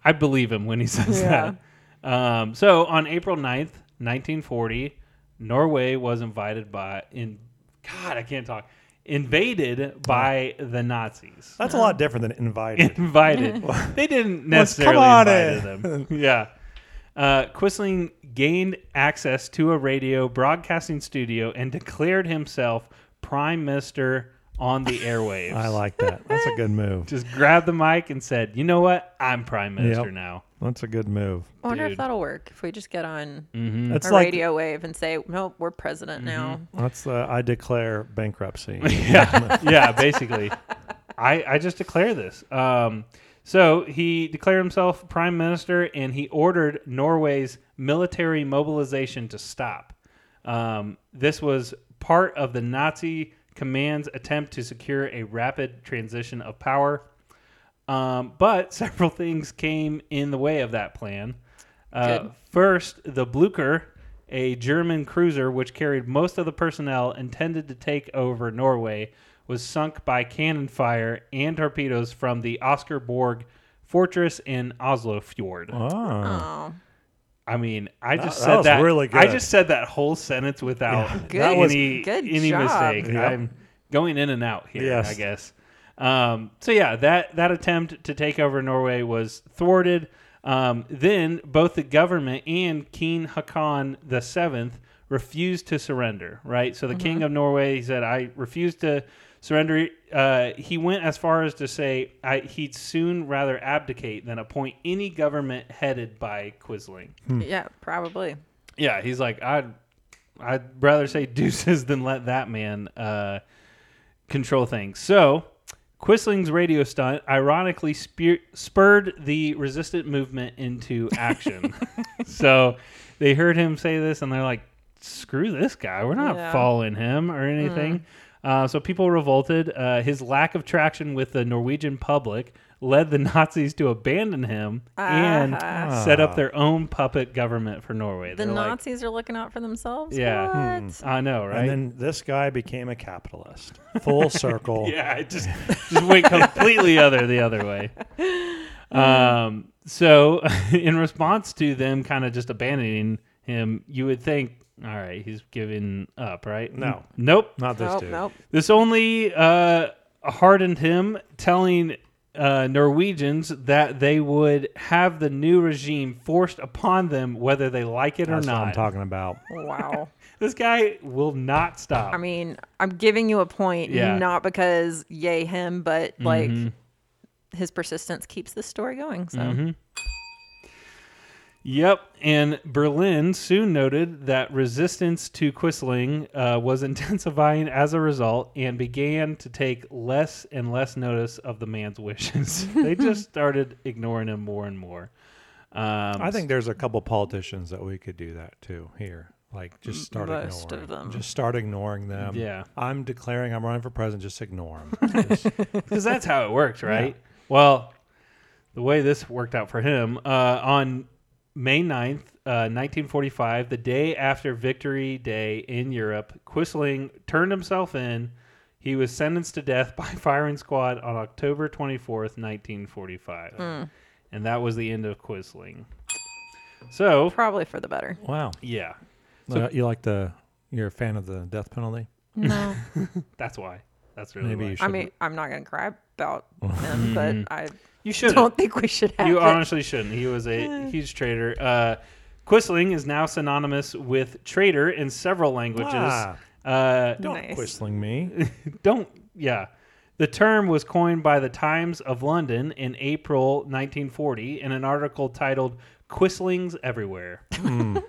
Speaker 3: I believe him when he says
Speaker 1: Yeah.
Speaker 3: that. Um, so on April 9th, 1940, Norway was invited by in God, I can't talk. Invaded by the Nazis.
Speaker 2: That's a lot different than invited.
Speaker 3: Invited. they didn't necessarily
Speaker 2: on
Speaker 3: invite
Speaker 2: in.
Speaker 3: them. Yeah. Uh, Quisling gained access to a radio broadcasting studio and declared himself prime minister on the airwaves.
Speaker 2: I like that. That's a good move.
Speaker 3: Just grabbed the mic and said, "You know what? I'm prime minister
Speaker 2: Yep.
Speaker 3: now."
Speaker 2: That's a good move.
Speaker 1: I wonder if
Speaker 3: Dude. Mm.
Speaker 1: that'll work if we just get on
Speaker 2: That's
Speaker 1: a
Speaker 2: like
Speaker 1: radio wave and say, nope, we're president now.
Speaker 3: Mm-hmm.
Speaker 2: that's uh, I declare bankruptcy.
Speaker 3: yeah, yeah, basically. I, I just declare this. Um, so he declared himself prime minister and he ordered Norway's military mobilization to stop. Um, this was part of the Nazi command's attempt to secure a rapid transition of power. Um, but several things came in the way of that plan. Uh,
Speaker 1: Good.
Speaker 3: first, the Blucher, a German cruiser which carried most of the personnel intended to take over Norway, was sunk by cannon fire and torpedoes from the Oscar Borg fortress in Oslo Fjord.
Speaker 2: Oh.
Speaker 3: Hmm.
Speaker 1: Oh,
Speaker 3: I mean, I just
Speaker 2: that
Speaker 3: said
Speaker 2: was
Speaker 3: that.
Speaker 2: really
Speaker 3: I
Speaker 2: good.
Speaker 3: just said that whole sentence without
Speaker 1: Good-
Speaker 3: any
Speaker 1: good
Speaker 3: any
Speaker 1: job.
Speaker 3: mistake.
Speaker 2: Yep.
Speaker 3: I'm going in and out here,
Speaker 2: Yes.
Speaker 3: I guess. Um, so yeah, that that attempt to take over Norway was thwarted. Um, then both the government and King Haakon the Seventh refused to surrender. Right, so the king
Speaker 1: Uh-huh.
Speaker 3: of Norway he said, "I refuse to surrender." Uh, he went as far as to say, I, "He'd soon rather abdicate than appoint any government headed by Quisling."
Speaker 1: yeah, probably.
Speaker 3: Yeah, he's like, I'd I'd rather say deuces than let that man uh, control things. So Quisling's radio stunt ironically spear- spurred the resistant movement into action. so they heard him say this and they're like, screw this guy. We're not
Speaker 1: Yeah.
Speaker 3: following him or anything. Uh, so people revolted. Uh, his lack of traction with the Norwegian public led the Nazis to abandon him and
Speaker 1: Ah.
Speaker 3: set up their own puppet government for Norway.
Speaker 1: The
Speaker 3: They're like,
Speaker 1: Nazis are looking out for themselves?
Speaker 3: Yeah. Hmm.
Speaker 1: What?
Speaker 3: I know, right?
Speaker 2: And then this guy became a capitalist. Full circle.
Speaker 3: yeah, it just just went completely other the other way. Um, so in response to them kind of just abandoning him, you would think, all right, he's giving up, right?
Speaker 2: No.
Speaker 3: Nope.
Speaker 2: Not this
Speaker 1: nope,
Speaker 2: dude.
Speaker 1: nope.
Speaker 3: This only uh, hardened him, telling uh, Norwegians that they would have the new regime forced upon them, whether they like it
Speaker 2: That's
Speaker 3: or
Speaker 2: what I'm
Speaker 3: not.
Speaker 2: talking about.
Speaker 1: Wow.
Speaker 3: this guy will not stop.
Speaker 1: I mean, I'm giving you a point,
Speaker 3: Yeah. Mm-hmm.
Speaker 1: not because yay him, but like his persistence keeps this story going. So
Speaker 3: Mm-hmm. Yep, and Berlin soon noted that resistance to Quisling uh, was intensifying as a result and began to take less and less notice of the man's wishes. they just started ignoring him more and more. Um,
Speaker 2: I think there's a couple politicians that we could do that too here. Like just start
Speaker 1: most
Speaker 2: ignoring
Speaker 1: of them.
Speaker 2: Just start ignoring them.
Speaker 3: Yeah.
Speaker 2: I'm declaring I'm running for president. Just ignore them. Just-
Speaker 3: because that's how it works, right? Well, the way this worked out for him uh, on May 9th, uh, 1945, the day after Victory Day in Europe, Quisling turned himself in. He was sentenced to death by firing squad on October 24th, 1945. And that was the end of Quisling. So,
Speaker 1: probably for the better.
Speaker 2: wow.
Speaker 3: yeah,
Speaker 2: Uh, you like the? You're a fan of the death penalty?
Speaker 1: No,
Speaker 3: that's why. That's really
Speaker 2: Maybe
Speaker 3: why.
Speaker 2: you should.
Speaker 1: I mean, I'm not gonna cry about him, but I
Speaker 3: you should
Speaker 1: don't think we should have
Speaker 3: Mm. You
Speaker 1: it.
Speaker 3: honestly shouldn't. He was a huge traitor. Uh, Quisling is now synonymous with traitor in several languages.
Speaker 2: Ah.
Speaker 3: Uh,
Speaker 2: don't
Speaker 1: Nice.
Speaker 2: whistling me.
Speaker 3: don't, yeah. The term was coined by the Times of London in April 1940 in an article titled Quislings Everywhere.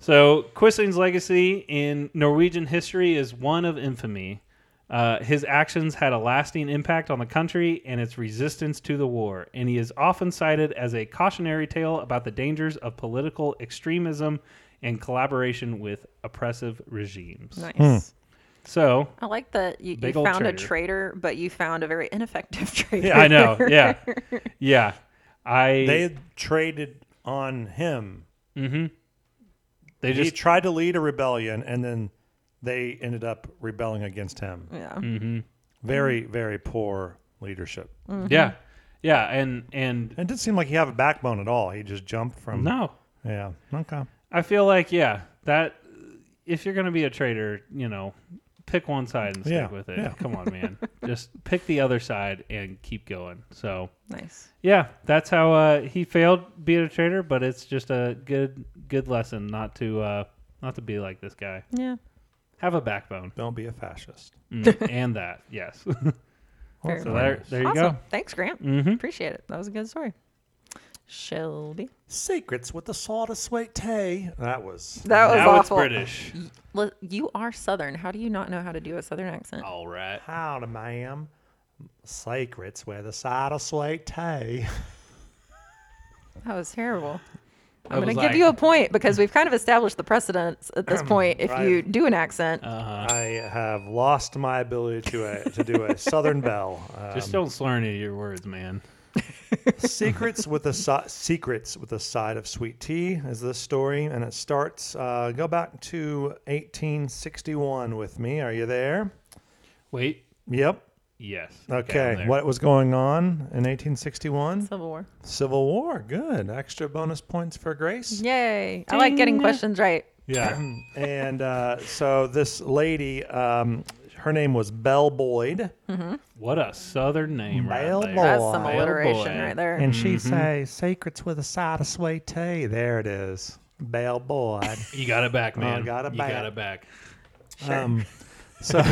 Speaker 3: So Quisling's legacy in Norwegian history is one of infamy. Uh, his actions had a lasting impact on the country and its resistance to the war, and he is often cited as a cautionary tale about the dangers of political extremism and collaboration with oppressive regimes.
Speaker 1: Nice.
Speaker 3: So,
Speaker 1: I like that you, you
Speaker 3: Hmm. Big old
Speaker 1: found a
Speaker 3: traitor.
Speaker 1: traitor, but you found a very ineffective traitor.
Speaker 3: I know, yeah, yeah. I they,
Speaker 2: they traded on him. he
Speaker 3: just
Speaker 2: tried to lead a rebellion, and then they ended up rebelling against him.
Speaker 1: yeah.
Speaker 3: Mm.
Speaker 2: Very, very poor leadership.
Speaker 1: Mm. Mm-hmm.
Speaker 3: yeah, yeah, and and um,
Speaker 2: It didn't seem like he had a backbone at all. He just jumped from.
Speaker 3: no,
Speaker 2: Yeah. Okay.
Speaker 3: I feel like yeah, that if you're gonna be a traitor, you know, pick one side and stick
Speaker 2: Yeah,
Speaker 3: with it.
Speaker 2: yeah.
Speaker 3: Come on, man. Just pick the other side and keep going. So
Speaker 1: Nice.
Speaker 3: yeah, that's how uh, he failed being a traitor, but it's just a good good lesson not to uh, not to be like this guy.
Speaker 1: Yeah.
Speaker 3: Have a backbone
Speaker 2: Don't be a fascist.
Speaker 3: Mm, and that yes.
Speaker 1: Fair
Speaker 3: so
Speaker 1: enough.
Speaker 3: there there you
Speaker 1: awesome.
Speaker 3: go.
Speaker 1: Thanks, Grant.
Speaker 3: Mhm.
Speaker 1: Appreciate it. That was a good story. Shelby.
Speaker 2: Secrets with the salt of sweet tea. That was.
Speaker 1: That was
Speaker 3: Now it's
Speaker 1: awful.
Speaker 3: British.
Speaker 1: Li- You are Southern. How do you not know how to do a Southern accent?
Speaker 2: Oh.
Speaker 3: All right.
Speaker 2: Howdy, ma'am. Secrets with the salt of sweet tea.
Speaker 1: That was terrible.
Speaker 3: I
Speaker 1: I'm going
Speaker 3: was
Speaker 1: to
Speaker 3: like-
Speaker 1: give you a point because we've kind of established the precedence at this point. If you
Speaker 2: I've-
Speaker 1: do an accent,
Speaker 2: Uh. I have lost my ability to a, to do a Southern belle. Uh,
Speaker 3: Just don't slur any of your words, man.
Speaker 2: secrets with a si- secrets with a side of sweet tea is this story, and it starts. Uh, go back to 1861 with me. Are you there?
Speaker 3: Wait.
Speaker 2: Yep.
Speaker 3: Yes. I'm
Speaker 2: Okay.
Speaker 3: there.
Speaker 2: What was going on in 1861?
Speaker 1: Civil War.
Speaker 2: Civil War. Good. Extra bonus points for Grace.
Speaker 1: Yay. I like getting
Speaker 3: Ding.
Speaker 1: questions right.
Speaker 3: Yeah.
Speaker 2: and uh, so this lady, um, her name was Belle Boyd,
Speaker 3: What a southern name,
Speaker 2: Bell
Speaker 3: right?
Speaker 2: boy.
Speaker 3: There.
Speaker 1: That's some
Speaker 2: Oh, boy.
Speaker 1: alliteration right there.
Speaker 2: and she'd say "Secrets with a side of sweet tea." There it is, Belle Boyd.
Speaker 3: You got it back, man.
Speaker 2: got it
Speaker 3: you
Speaker 2: back.
Speaker 3: got it back.
Speaker 2: Um, so,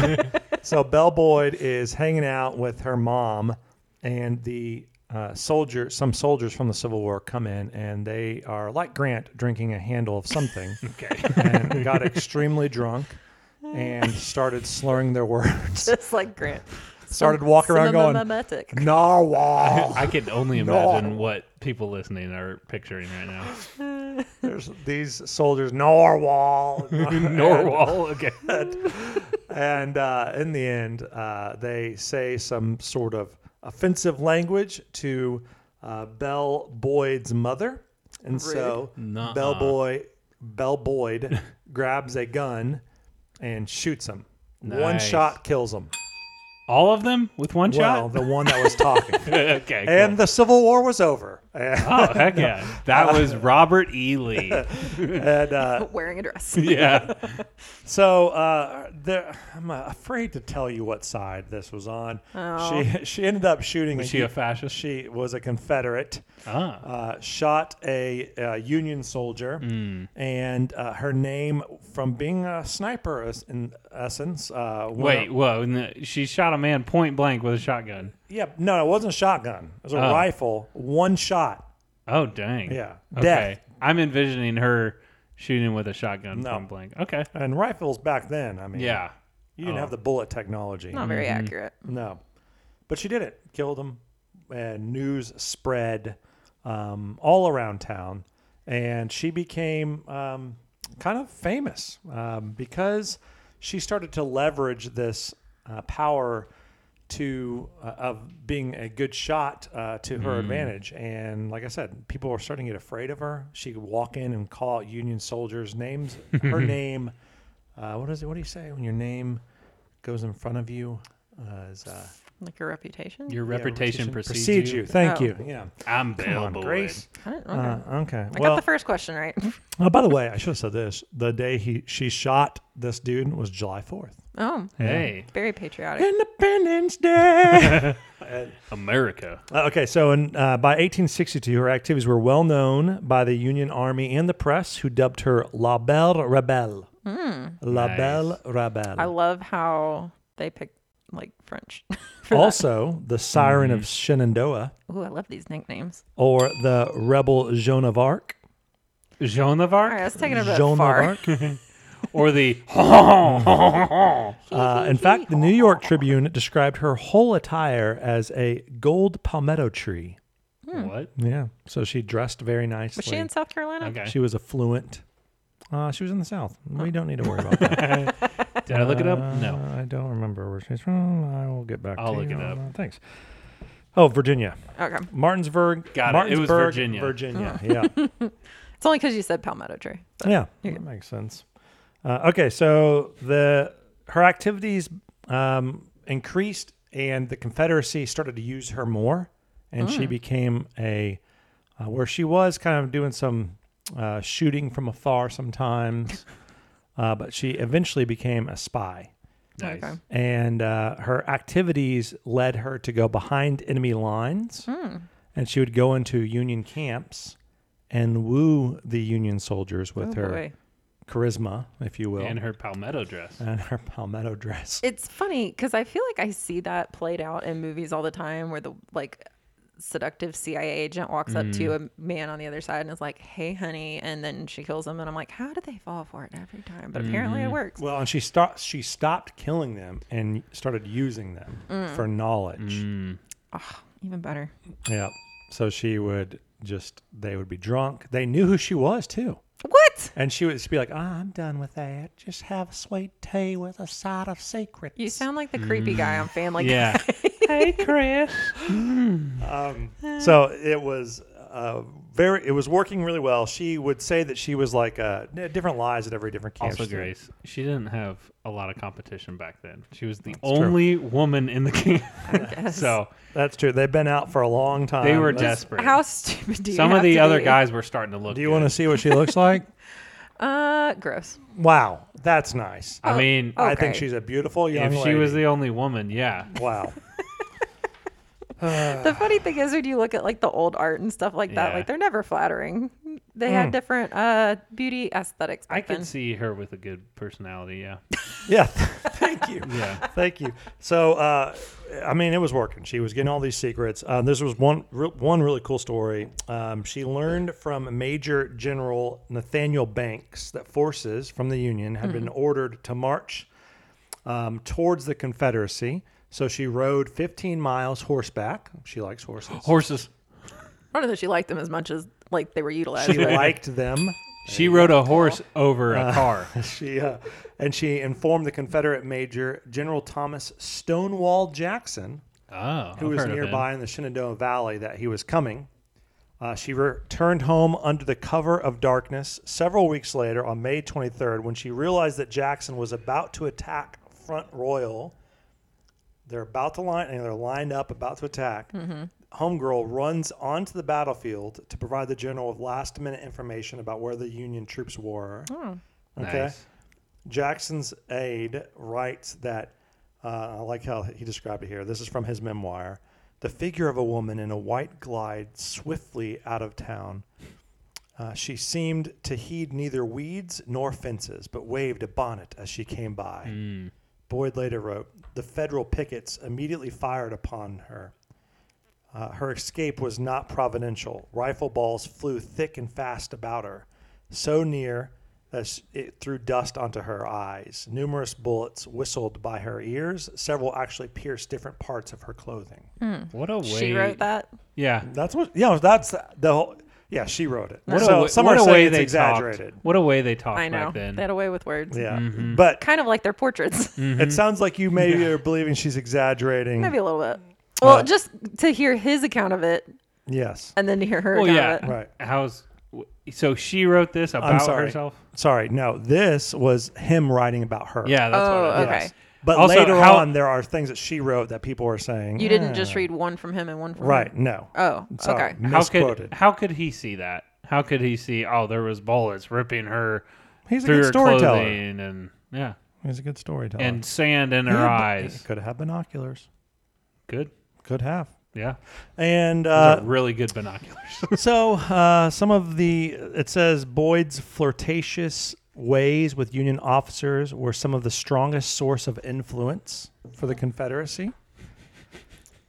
Speaker 2: so Belle Boyd is hanging out with her mom, and the uh, soldier, some soldiers from the Civil War come in, and they are like Grant drinking a handle of something,
Speaker 3: Okay.
Speaker 2: and got extremely drunk, and started slurring their words.
Speaker 1: Just like Grant.
Speaker 2: Started walking around going,
Speaker 1: Cinematic.
Speaker 2: "Narwhal."
Speaker 3: I can only
Speaker 2: Oh, No.
Speaker 3: imagine what people listening are picturing right now.
Speaker 2: There's these soldiers, Narwhal.
Speaker 3: Norwal. Okay.
Speaker 2: And uh, in the end, uh, they say some sort of offensive language to uh, Belle Boyd's mother, and so
Speaker 3: Nuh-uh.
Speaker 2: Belle Boy Belle Boyd grabs a gun and shoots him. One
Speaker 3: Nice.
Speaker 2: shot kills him.
Speaker 3: All of them with one
Speaker 2: Well,
Speaker 3: shot?
Speaker 2: the one that was talking.
Speaker 3: okay. cool.
Speaker 2: and the Civil War was over. And,
Speaker 3: oh, heck yeah. That was Robert E. Lee.
Speaker 2: and, uh,
Speaker 1: Wearing a dress.
Speaker 3: yeah.
Speaker 2: so uh, there, I'm uh, afraid to tell you what side this was on.
Speaker 1: Oh.
Speaker 2: She she ended up shooting.
Speaker 3: Was she a fascist?
Speaker 2: She was a Confederate.
Speaker 3: Ah.
Speaker 2: Uh, shot a, uh Union soldier,
Speaker 3: Mm.
Speaker 2: and uh, her name from being a sniper, as- in essence. Uh,
Speaker 3: Wait,
Speaker 2: went-
Speaker 3: whoa. n- She shot a man point blank with a shotgun.
Speaker 2: yeah, no, it wasn't a shotgun. It was a
Speaker 3: Oh.
Speaker 2: rifle, one shot.
Speaker 3: Oh, dang.
Speaker 2: Yeah,
Speaker 3: Okay.
Speaker 2: death.
Speaker 3: I'm envisioning her shooting with a shotgun
Speaker 2: No.
Speaker 3: point blank. Okay.
Speaker 2: And rifles back then, I mean,
Speaker 3: Yeah.
Speaker 2: you didn't
Speaker 3: Oh.
Speaker 2: have the bullet technology.
Speaker 1: Not very accurate.
Speaker 2: No, but she did it. Killed him, and news spread um, all around town, and she became um, kind of famous um, because she started to leverage this uh, power to uh, of being a good shot uh, to her advantage. And like I said, people were starting to get afraid of her. She could walk in and call out Union soldiers' names. Her name. Uh, what is it? What do you say when your name goes in front of you? Uh, is, uh,
Speaker 1: Like your reputation?
Speaker 3: Your
Speaker 2: yeah,
Speaker 3: reputation precedes, you.
Speaker 2: Thank
Speaker 1: Oh.
Speaker 2: you. Yeah.
Speaker 3: I'm Bill
Speaker 2: Come on,
Speaker 3: Boyd.
Speaker 2: Grace.
Speaker 1: I don't- okay.
Speaker 2: Uh, okay.
Speaker 1: I got
Speaker 2: well,
Speaker 1: the first question right.
Speaker 2: oh, by the way, I should have said this. The day he she shot this dude was July Fourth,
Speaker 1: oh,
Speaker 3: Hey,
Speaker 1: very patriotic.
Speaker 2: Independence Day.
Speaker 3: America.
Speaker 2: Uh, okay, so in, uh, by 1862, her activities were well known by the Union Army and the press, who dubbed her La Belle Rebelle. La
Speaker 3: Nice.
Speaker 2: Belle Rebelle.
Speaker 1: Hmm. I love how they picked like French. for that.
Speaker 2: also, the Siren
Speaker 3: Mm-hmm.
Speaker 2: of Shenandoah,
Speaker 1: Ooh, I love these nicknames.
Speaker 2: or the Rebel Joan of Arc.
Speaker 3: Joan of
Speaker 1: All right,
Speaker 3: Arc
Speaker 1: that's taking a bit
Speaker 2: Joan
Speaker 1: far.
Speaker 2: of Arc.
Speaker 3: or the
Speaker 2: Uh, in fact, the New York Tribune described her whole attire as a gold palmetto tree.
Speaker 1: Hmm.
Speaker 3: what?
Speaker 2: Yeah, so she dressed very nicely.
Speaker 1: Was she in South Carolina?
Speaker 3: Okay.
Speaker 2: She was affluent. Uh, she was in the South. We don't need to worry about that.
Speaker 3: Did I look it up? No.
Speaker 2: Uh, I don't remember where she's from. I will get back
Speaker 3: I'll
Speaker 2: to
Speaker 3: look
Speaker 2: you
Speaker 3: it
Speaker 2: on
Speaker 3: up.
Speaker 2: that. Thanks. Oh, Virginia.
Speaker 1: Okay.
Speaker 2: Martinsburg.
Speaker 3: Got it. It was Virginia.
Speaker 2: Martinsburg, Virginia. Yeah.
Speaker 1: It's only because you said palmetto tree.
Speaker 2: yeah.
Speaker 1: You're
Speaker 2: That makes sense. Uh, okay, so the her activities um, increased and the Confederacy started to use her more and
Speaker 1: Mm.
Speaker 2: she became a uh, where she was kind of doing some uh, shooting from afar sometimes. Uh, but she eventually became a spy.
Speaker 3: Nice.
Speaker 1: Okay.
Speaker 2: and uh, her activities led her to go behind enemy lines
Speaker 1: Hmm.
Speaker 2: and she would go into union camps and woo the union soldiers with
Speaker 1: Oh,
Speaker 2: her
Speaker 1: boy.
Speaker 2: charisma if you will
Speaker 3: And her palmetto dress.
Speaker 2: and her palmetto dress
Speaker 1: It's funny because I feel like I see that played out in movies all the time where the like seductive CIA agent walks up to
Speaker 3: Mm.
Speaker 1: a man on the other side and is like, hey, honey. And then she kills him. And I'm like, how do they fall for it every time? But apparently
Speaker 3: Mm-hmm.
Speaker 1: it works.
Speaker 2: well and she stopped she stopped killing them and started using them
Speaker 1: Mm.
Speaker 2: for knowledge
Speaker 3: Mm.
Speaker 1: Even better.
Speaker 2: yeah so she would just they would be drunk they knew who she was too
Speaker 1: What?
Speaker 2: and she would just be like, Ah, I'm done with that. Just have sweet tea with a side of secrets.
Speaker 1: You sound like the creepy guy on Family Guy.
Speaker 3: Mm. Yeah. hey, Chris.
Speaker 2: Um,
Speaker 1: Uh.
Speaker 2: So it was uh, very. It was working really well. She would say that she was like uh, n- different lies at every different camp.
Speaker 3: Also, Grace, she didn't have a lot of competition back then. She was the
Speaker 2: true.
Speaker 3: only woman in the camp. so
Speaker 2: That's true. They've been out for a long time.
Speaker 3: they were
Speaker 2: Let's-
Speaker 3: desperate.
Speaker 1: How stupid do you
Speaker 3: Some of
Speaker 1: have
Speaker 3: the
Speaker 1: to
Speaker 3: other
Speaker 1: be?
Speaker 3: guys were starting to look.
Speaker 2: Do you
Speaker 3: good.
Speaker 2: want to see what she looks like?
Speaker 1: Uh, gross.
Speaker 2: Wow, that's nice.
Speaker 3: I mean,
Speaker 2: I think
Speaker 1: okay.
Speaker 2: she's a beautiful Oh, young
Speaker 3: if
Speaker 2: lady.
Speaker 3: she was the only woman, yeah.
Speaker 2: wow.
Speaker 1: The funny thing is when you look at like the old art and stuff like that,
Speaker 3: Yeah.
Speaker 1: like they're never flattering. They had different uh beauty aesthetics. Back
Speaker 3: I could
Speaker 1: then.
Speaker 3: see her with a good personality. Yeah.
Speaker 2: Yeah. Thank you.
Speaker 3: Yeah.
Speaker 2: Thank you. So, uh, I mean, it was working. She was getting all these secrets. Uh, this was one re- one really cool story. Um, she learned from Major General Nathaniel Banks that forces from the Union had been ordered to march um, towards the Confederacy. So she rode 15 miles horseback. She likes horses.
Speaker 3: Horses.
Speaker 1: I don't know that she liked them as much as like they were utilized.
Speaker 2: She
Speaker 1: but-
Speaker 2: liked them.
Speaker 3: She rode a horse over a car.
Speaker 2: She uh, and she informed the Confederate Major General Thomas Stonewall Jackson
Speaker 3: Oh,
Speaker 2: who was nearby in the Shenandoah Valley that he was coming. Uh, she returned home under the cover of darkness several weeks later on May 23rd when she realized that Jackson was about to attack Front Royal They're about to line and they're lined up, about to attack. Homegirl runs onto the battlefield to provide the general with last minute information about where the Union troops were. Okay.
Speaker 3: Nice.
Speaker 2: Jackson's aide writes that, uh, I like how he described it here. This is from his memoir. The figure of a woman in a white glide swiftly out of town. Uh, she seemed to heed neither weeds nor fences, but waved a bonnet as she came by. Boyd later wrote, The federal pickets immediately fired upon her. Uh, her escape was not providential. Rifle balls flew thick and fast about her, so near that sh- it threw dust onto her eyes. Numerous bullets whistled by her ears. Several actually pierced different parts of her clothing.
Speaker 3: What a way.
Speaker 1: She wrote that.
Speaker 3: Yeah.
Speaker 2: That's what. Yeah, that's the whole. Yeah, she wrote it.
Speaker 3: What
Speaker 2: so
Speaker 3: a,
Speaker 2: some
Speaker 3: what
Speaker 2: are
Speaker 3: a
Speaker 2: saying
Speaker 3: way
Speaker 2: it's
Speaker 3: they
Speaker 2: exaggerated.
Speaker 3: Talked. What a way they talked
Speaker 1: I know.
Speaker 3: back then. Mm.
Speaker 1: They had a way with words.
Speaker 2: Yeah,
Speaker 3: Mm-hmm.
Speaker 2: but
Speaker 1: Kind of like their portraits.
Speaker 2: it sounds like you maybe are believing she's exaggerating.
Speaker 1: Maybe a little bit. Well,
Speaker 2: Uh,
Speaker 1: just to hear his account of it
Speaker 2: Yes.
Speaker 1: and then to hear her
Speaker 3: well,
Speaker 1: account
Speaker 3: yeah.
Speaker 1: of it.
Speaker 2: Right.
Speaker 3: How's so she wrote this about
Speaker 2: sorry.
Speaker 3: herself?
Speaker 2: Sorry. No, this was him writing about her.
Speaker 3: Yeah, that's
Speaker 1: Oh,
Speaker 3: what it is.
Speaker 1: okay.
Speaker 2: But
Speaker 3: Also,
Speaker 2: later
Speaker 3: how-
Speaker 2: on, there are things that she wrote that people are saying.
Speaker 1: You didn't
Speaker 2: "Eh."
Speaker 1: just read one from him and one from
Speaker 2: Right.
Speaker 1: her.
Speaker 2: No.
Speaker 1: Oh,
Speaker 2: So,
Speaker 1: okay.
Speaker 3: How
Speaker 2: Misquoted.
Speaker 3: could how could he see that? How could he see? Oh, there was bullets ripping her
Speaker 2: He's a
Speaker 3: through
Speaker 2: good
Speaker 3: her
Speaker 2: storyteller.
Speaker 3: clothing and yeah,
Speaker 2: He's a good storyteller.
Speaker 3: and sand in her eyes.
Speaker 2: Could have binoculars.
Speaker 3: Good.
Speaker 2: Could have.
Speaker 3: Yeah,
Speaker 2: And
Speaker 3: Those are
Speaker 2: uh,
Speaker 3: really good binoculars.
Speaker 2: so uh, some of the it says Boyd's flirtatious ways with Union officers were some of the strongest source of influence for the Confederacy.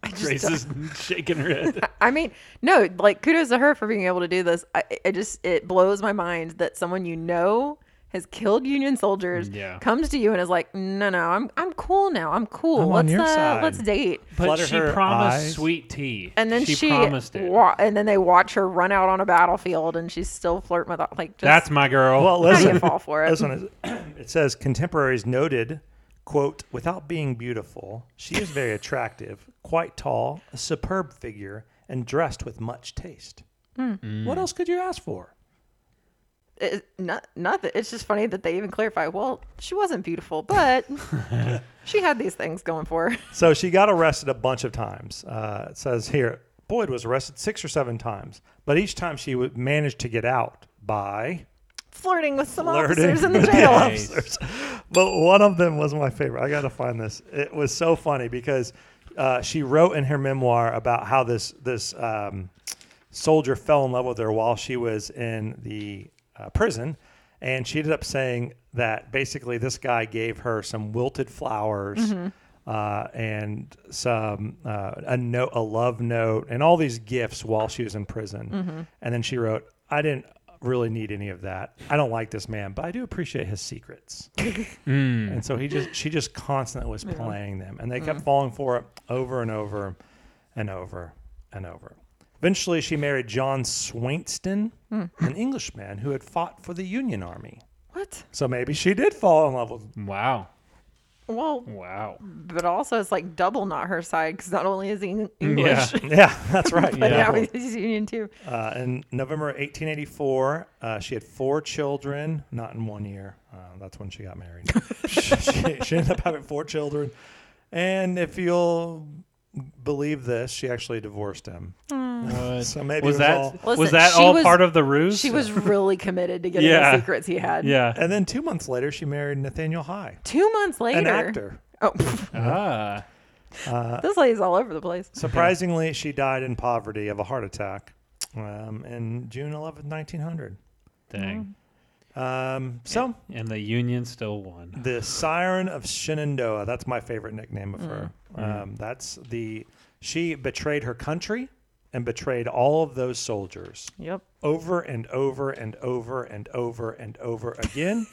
Speaker 1: I just
Speaker 3: Grace is shaking her head.
Speaker 1: I mean, no, like kudos to her for being able to do this. I, it just it blows my mind that someone you know has killed Union
Speaker 2: Mm,
Speaker 1: soldiers
Speaker 3: Yeah.
Speaker 1: comes to you and is like, "No, no, I'm I'm cool now. I'm cool.
Speaker 2: I'm on
Speaker 1: let's
Speaker 2: your
Speaker 1: uh,
Speaker 2: side."
Speaker 1: let's date."
Speaker 3: But
Speaker 2: Flutter
Speaker 3: she
Speaker 2: her
Speaker 3: promised
Speaker 2: eyes.
Speaker 3: sweet tea,
Speaker 1: And then she,
Speaker 3: she, promised it.
Speaker 1: wa- and then they watch her run out on a battlefield, and she's still flirting with like just,
Speaker 3: That's my girl.
Speaker 2: Well,
Speaker 1: I
Speaker 2: listen,
Speaker 1: didn't fall for it.
Speaker 2: This one is, it says contemporaries noted, quote, without being beautiful, she is very attractive, quite tall, a superb figure, and dressed with much taste.
Speaker 1: Hmm.
Speaker 2: What else could you ask for?
Speaker 1: It, not, nothing. It's just funny that they even clarify. Well, she wasn't beautiful, but she had these things going for her.
Speaker 2: So she got arrested a bunch of times. Uh, it says here Boyd was arrested six or seven times, but each time she would managed to get out by
Speaker 1: flirting with some
Speaker 2: Flirting
Speaker 1: officers in the
Speaker 2: with
Speaker 1: jail.
Speaker 3: Nice.
Speaker 2: officers. But one of them was my favorite. I got to find this. It was so funny because uh, she wrote in her memoir about how this this um, soldier fell in love with her while she was in the uh, prison, and she ended up saying that basically this guy gave her some wilted flowers. Uh, and some uh, a note, a love note, and all these gifts while she was in prison.
Speaker 1: Mm-hmm.
Speaker 2: And then she wrote, "I didn't really need any of that. I don't like this man, but I do appreciate his secrets." And so he just she just constantly was playing them, and they
Speaker 1: Mm-hmm.
Speaker 2: kept falling for it over and over, and over and over. Eventually, she married John Swainston,
Speaker 1: Mm.
Speaker 2: an Englishman who had fought for the Union Army.
Speaker 1: What?
Speaker 2: So maybe she did fall in love with.
Speaker 3: wow,
Speaker 1: Well,
Speaker 3: wow.
Speaker 1: but also it's like double not her side because not only is he Eng- English,
Speaker 2: Yeah, that's right.
Speaker 1: but
Speaker 3: Yeah.
Speaker 1: now he's Union too.
Speaker 2: Uh, in November 1884, uh, she had four children, not in one year. Uh, that's when she got married. she, she ended up having four children. And if you'll believe this, she actually divorced him. So maybe
Speaker 3: was
Speaker 2: it was
Speaker 3: that
Speaker 2: all-
Speaker 1: Listen,
Speaker 3: was that
Speaker 1: she
Speaker 3: all
Speaker 1: was-
Speaker 3: part of the ruse?
Speaker 1: She was really committed to getting
Speaker 3: Yeah.
Speaker 1: the secrets he had.
Speaker 3: Yeah.
Speaker 2: And then two months later, she married Nathaniel High,
Speaker 1: Two months later,
Speaker 2: an actor.
Speaker 1: Oh, pff,
Speaker 3: Ah.
Speaker 1: this lady's all over the place.
Speaker 2: Surprisingly, she died in poverty of a heart attack um, in June 11th, 1900.
Speaker 3: Dang.
Speaker 2: Um, so.
Speaker 1: Mm.
Speaker 3: And the Union still won.
Speaker 2: The Siren of Shenandoah. That's my favorite nickname
Speaker 3: Mm.
Speaker 2: of her. Um, that's the she betrayed her country and betrayed all of those soldiers
Speaker 1: Yep.
Speaker 2: over and over and over and over and over again,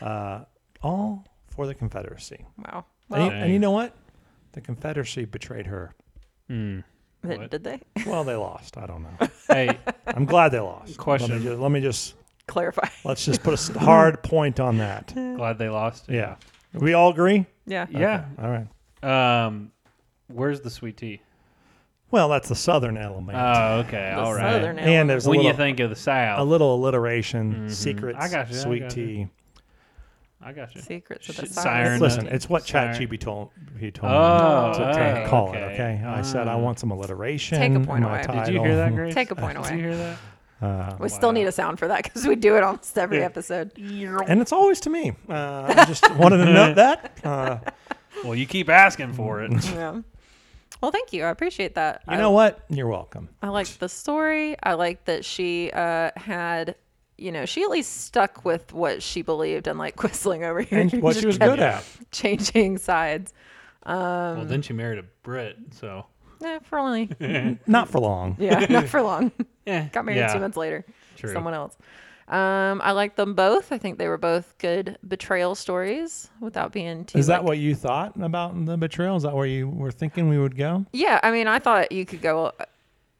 Speaker 2: uh, all for the Confederacy.
Speaker 1: Wow.
Speaker 2: And
Speaker 1: Well,
Speaker 2: you- and you know what? The Confederacy betrayed her.
Speaker 1: th-
Speaker 3: what?
Speaker 1: did they
Speaker 2: Well, they lost. I don't know.
Speaker 3: Hey,
Speaker 2: I'm glad they lost. Let
Speaker 3: Question.
Speaker 2: me just, let me just
Speaker 1: clarify?
Speaker 2: let's just put a s- hard point on that.
Speaker 3: glad they lost.
Speaker 2: Yeah, we all agree.
Speaker 1: Yeah.
Speaker 3: Yeah.
Speaker 2: All right.
Speaker 3: Um, where's the sweet tea?
Speaker 2: Well, that's the southern element.
Speaker 3: Oh, okay.
Speaker 1: The
Speaker 3: All right.
Speaker 1: Southern
Speaker 2: and
Speaker 1: element.
Speaker 2: there's a
Speaker 3: when
Speaker 2: little,
Speaker 3: you think of the
Speaker 2: a
Speaker 3: South,
Speaker 2: little alliteration, secrets,
Speaker 3: I got you, I
Speaker 2: sweet
Speaker 3: got you.
Speaker 2: tea.
Speaker 3: I got you.
Speaker 1: Secrets of the
Speaker 3: Shit,
Speaker 1: Siren.
Speaker 3: Siren.
Speaker 2: Listen,
Speaker 3: Nothing.
Speaker 2: it's what
Speaker 3: Sorry.
Speaker 2: ChatGPT told he told
Speaker 3: Oh,
Speaker 2: me to, to
Speaker 1: oh,
Speaker 2: call it.
Speaker 3: okay.
Speaker 2: Okay, I said I
Speaker 3: Ah.
Speaker 2: want some alliteration.
Speaker 1: Take a
Speaker 2: in
Speaker 1: point
Speaker 2: my
Speaker 1: away.
Speaker 3: Did you hear that,
Speaker 2: title.
Speaker 3: Grace?
Speaker 1: Take a point
Speaker 3: Did
Speaker 1: away.
Speaker 3: you hear that?
Speaker 2: Uh,
Speaker 1: We still need a sound for that because we do it almost every
Speaker 3: Yeah.
Speaker 1: episode.
Speaker 2: and it's always to me. Uh, I just wanted to note that. Uh,
Speaker 3: Well, you keep asking for it.
Speaker 1: Yeah. Well, thank you. I appreciate that.
Speaker 2: you
Speaker 1: I-
Speaker 2: know what? You're welcome.
Speaker 1: I liked the story. I liked that she uh, had, you know, she at least stuck with what she believed, unlike Quisling over here.
Speaker 2: And
Speaker 1: who
Speaker 2: what
Speaker 1: just
Speaker 2: she was
Speaker 1: kept
Speaker 2: good at.
Speaker 1: Changing sides.
Speaker 3: well, then she married a Brit, so
Speaker 1: Eh, for only,
Speaker 2: Not for long.
Speaker 1: yeah, not for long.
Speaker 3: yeah,
Speaker 1: Got married two months later.
Speaker 3: True.
Speaker 1: Someone else. Um, I liked them both. I think they were both good betrayal stories without being too.
Speaker 2: Is that
Speaker 1: like-
Speaker 2: what you thought about the betrayal? Is that where you were thinking we would go?
Speaker 1: Yeah, I mean, I thought you could go. uh,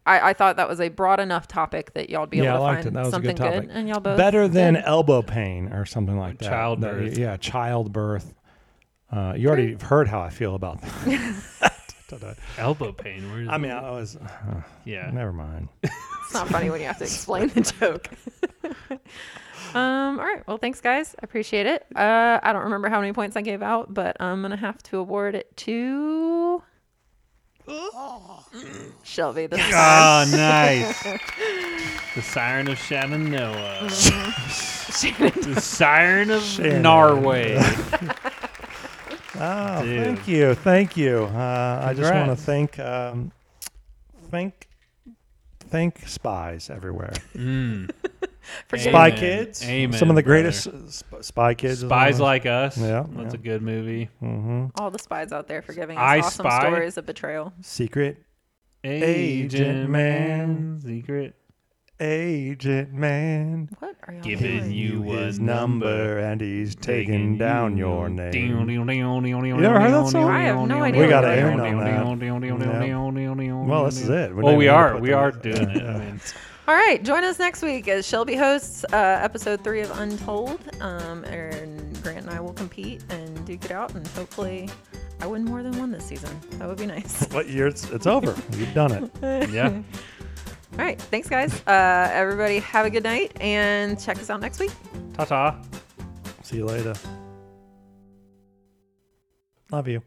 Speaker 1: I, I thought that was a broad enough topic that y'all would be
Speaker 2: Yeah, I
Speaker 1: able to
Speaker 2: liked
Speaker 1: find
Speaker 2: it. That was a
Speaker 1: something
Speaker 2: good topic.
Speaker 1: and y'all both
Speaker 2: Better than
Speaker 1: did.
Speaker 2: elbow pain or something like that.
Speaker 3: Childbirth.
Speaker 2: That- yeah, childbirth. Uh, you already have heard how I feel about that.
Speaker 3: elbow pain. Where is
Speaker 2: I mean,
Speaker 3: it?
Speaker 2: I was. uh,
Speaker 3: yeah.
Speaker 2: never mind.
Speaker 1: It's not funny when you have to explain the joke. um, all right. Well, thanks, guys. I appreciate it. Uh, I don't remember how many points I gave out, but I'm going to have to award it to Shelby. This time.
Speaker 3: Oh, nice. the Siren of Shenandoah. the Siren of
Speaker 2: Shenandoah.
Speaker 3: Norway.
Speaker 2: Oh,
Speaker 3: Dude.
Speaker 2: thank you, thank you. Uh, I just want to
Speaker 3: Congrats.
Speaker 2: thank, um, thank, thank spies everywhere.
Speaker 3: Mm.
Speaker 1: Forget-
Speaker 2: Spy
Speaker 3: Amen.
Speaker 2: Kids,
Speaker 3: Amen,
Speaker 2: some of the
Speaker 3: brother.
Speaker 2: greatest uh, sp- spy kids. is
Speaker 3: Spies
Speaker 2: one
Speaker 3: Like Us.
Speaker 2: Yeah,
Speaker 3: That's
Speaker 2: yeah.
Speaker 3: a good movie.
Speaker 2: of- Mhm.
Speaker 1: all the spies out there for giving us
Speaker 3: I
Speaker 1: awesome
Speaker 3: Spy.
Speaker 1: stories of betrayal.
Speaker 2: Secret
Speaker 3: Agent Man.
Speaker 2: Man.
Speaker 3: Secret.
Speaker 2: agent man.
Speaker 1: What are y'all
Speaker 3: Giving
Speaker 1: doing?
Speaker 3: you
Speaker 2: his
Speaker 3: a
Speaker 2: number, and he's taking down your name.
Speaker 3: You
Speaker 2: never heard that song?
Speaker 1: I have no idea
Speaker 2: We gotta end on Well, this is it. We
Speaker 3: well,
Speaker 2: don't
Speaker 3: we
Speaker 2: even
Speaker 3: are.
Speaker 2: put
Speaker 3: We
Speaker 2: the-
Speaker 3: are doing it. I mean,
Speaker 1: All right, join us next week as Shelby hosts uh, episode three of Untold, um, and Grant and I will compete and duke it out, and hopefully, I win more than one this season. That would be nice.
Speaker 2: What year? It's, it's over. You've done it.
Speaker 3: yeah.
Speaker 1: All right, thanks, guys. Uh, everybody, have a good night, and check us out next week.
Speaker 3: Ta ta.
Speaker 2: See you later. Love you.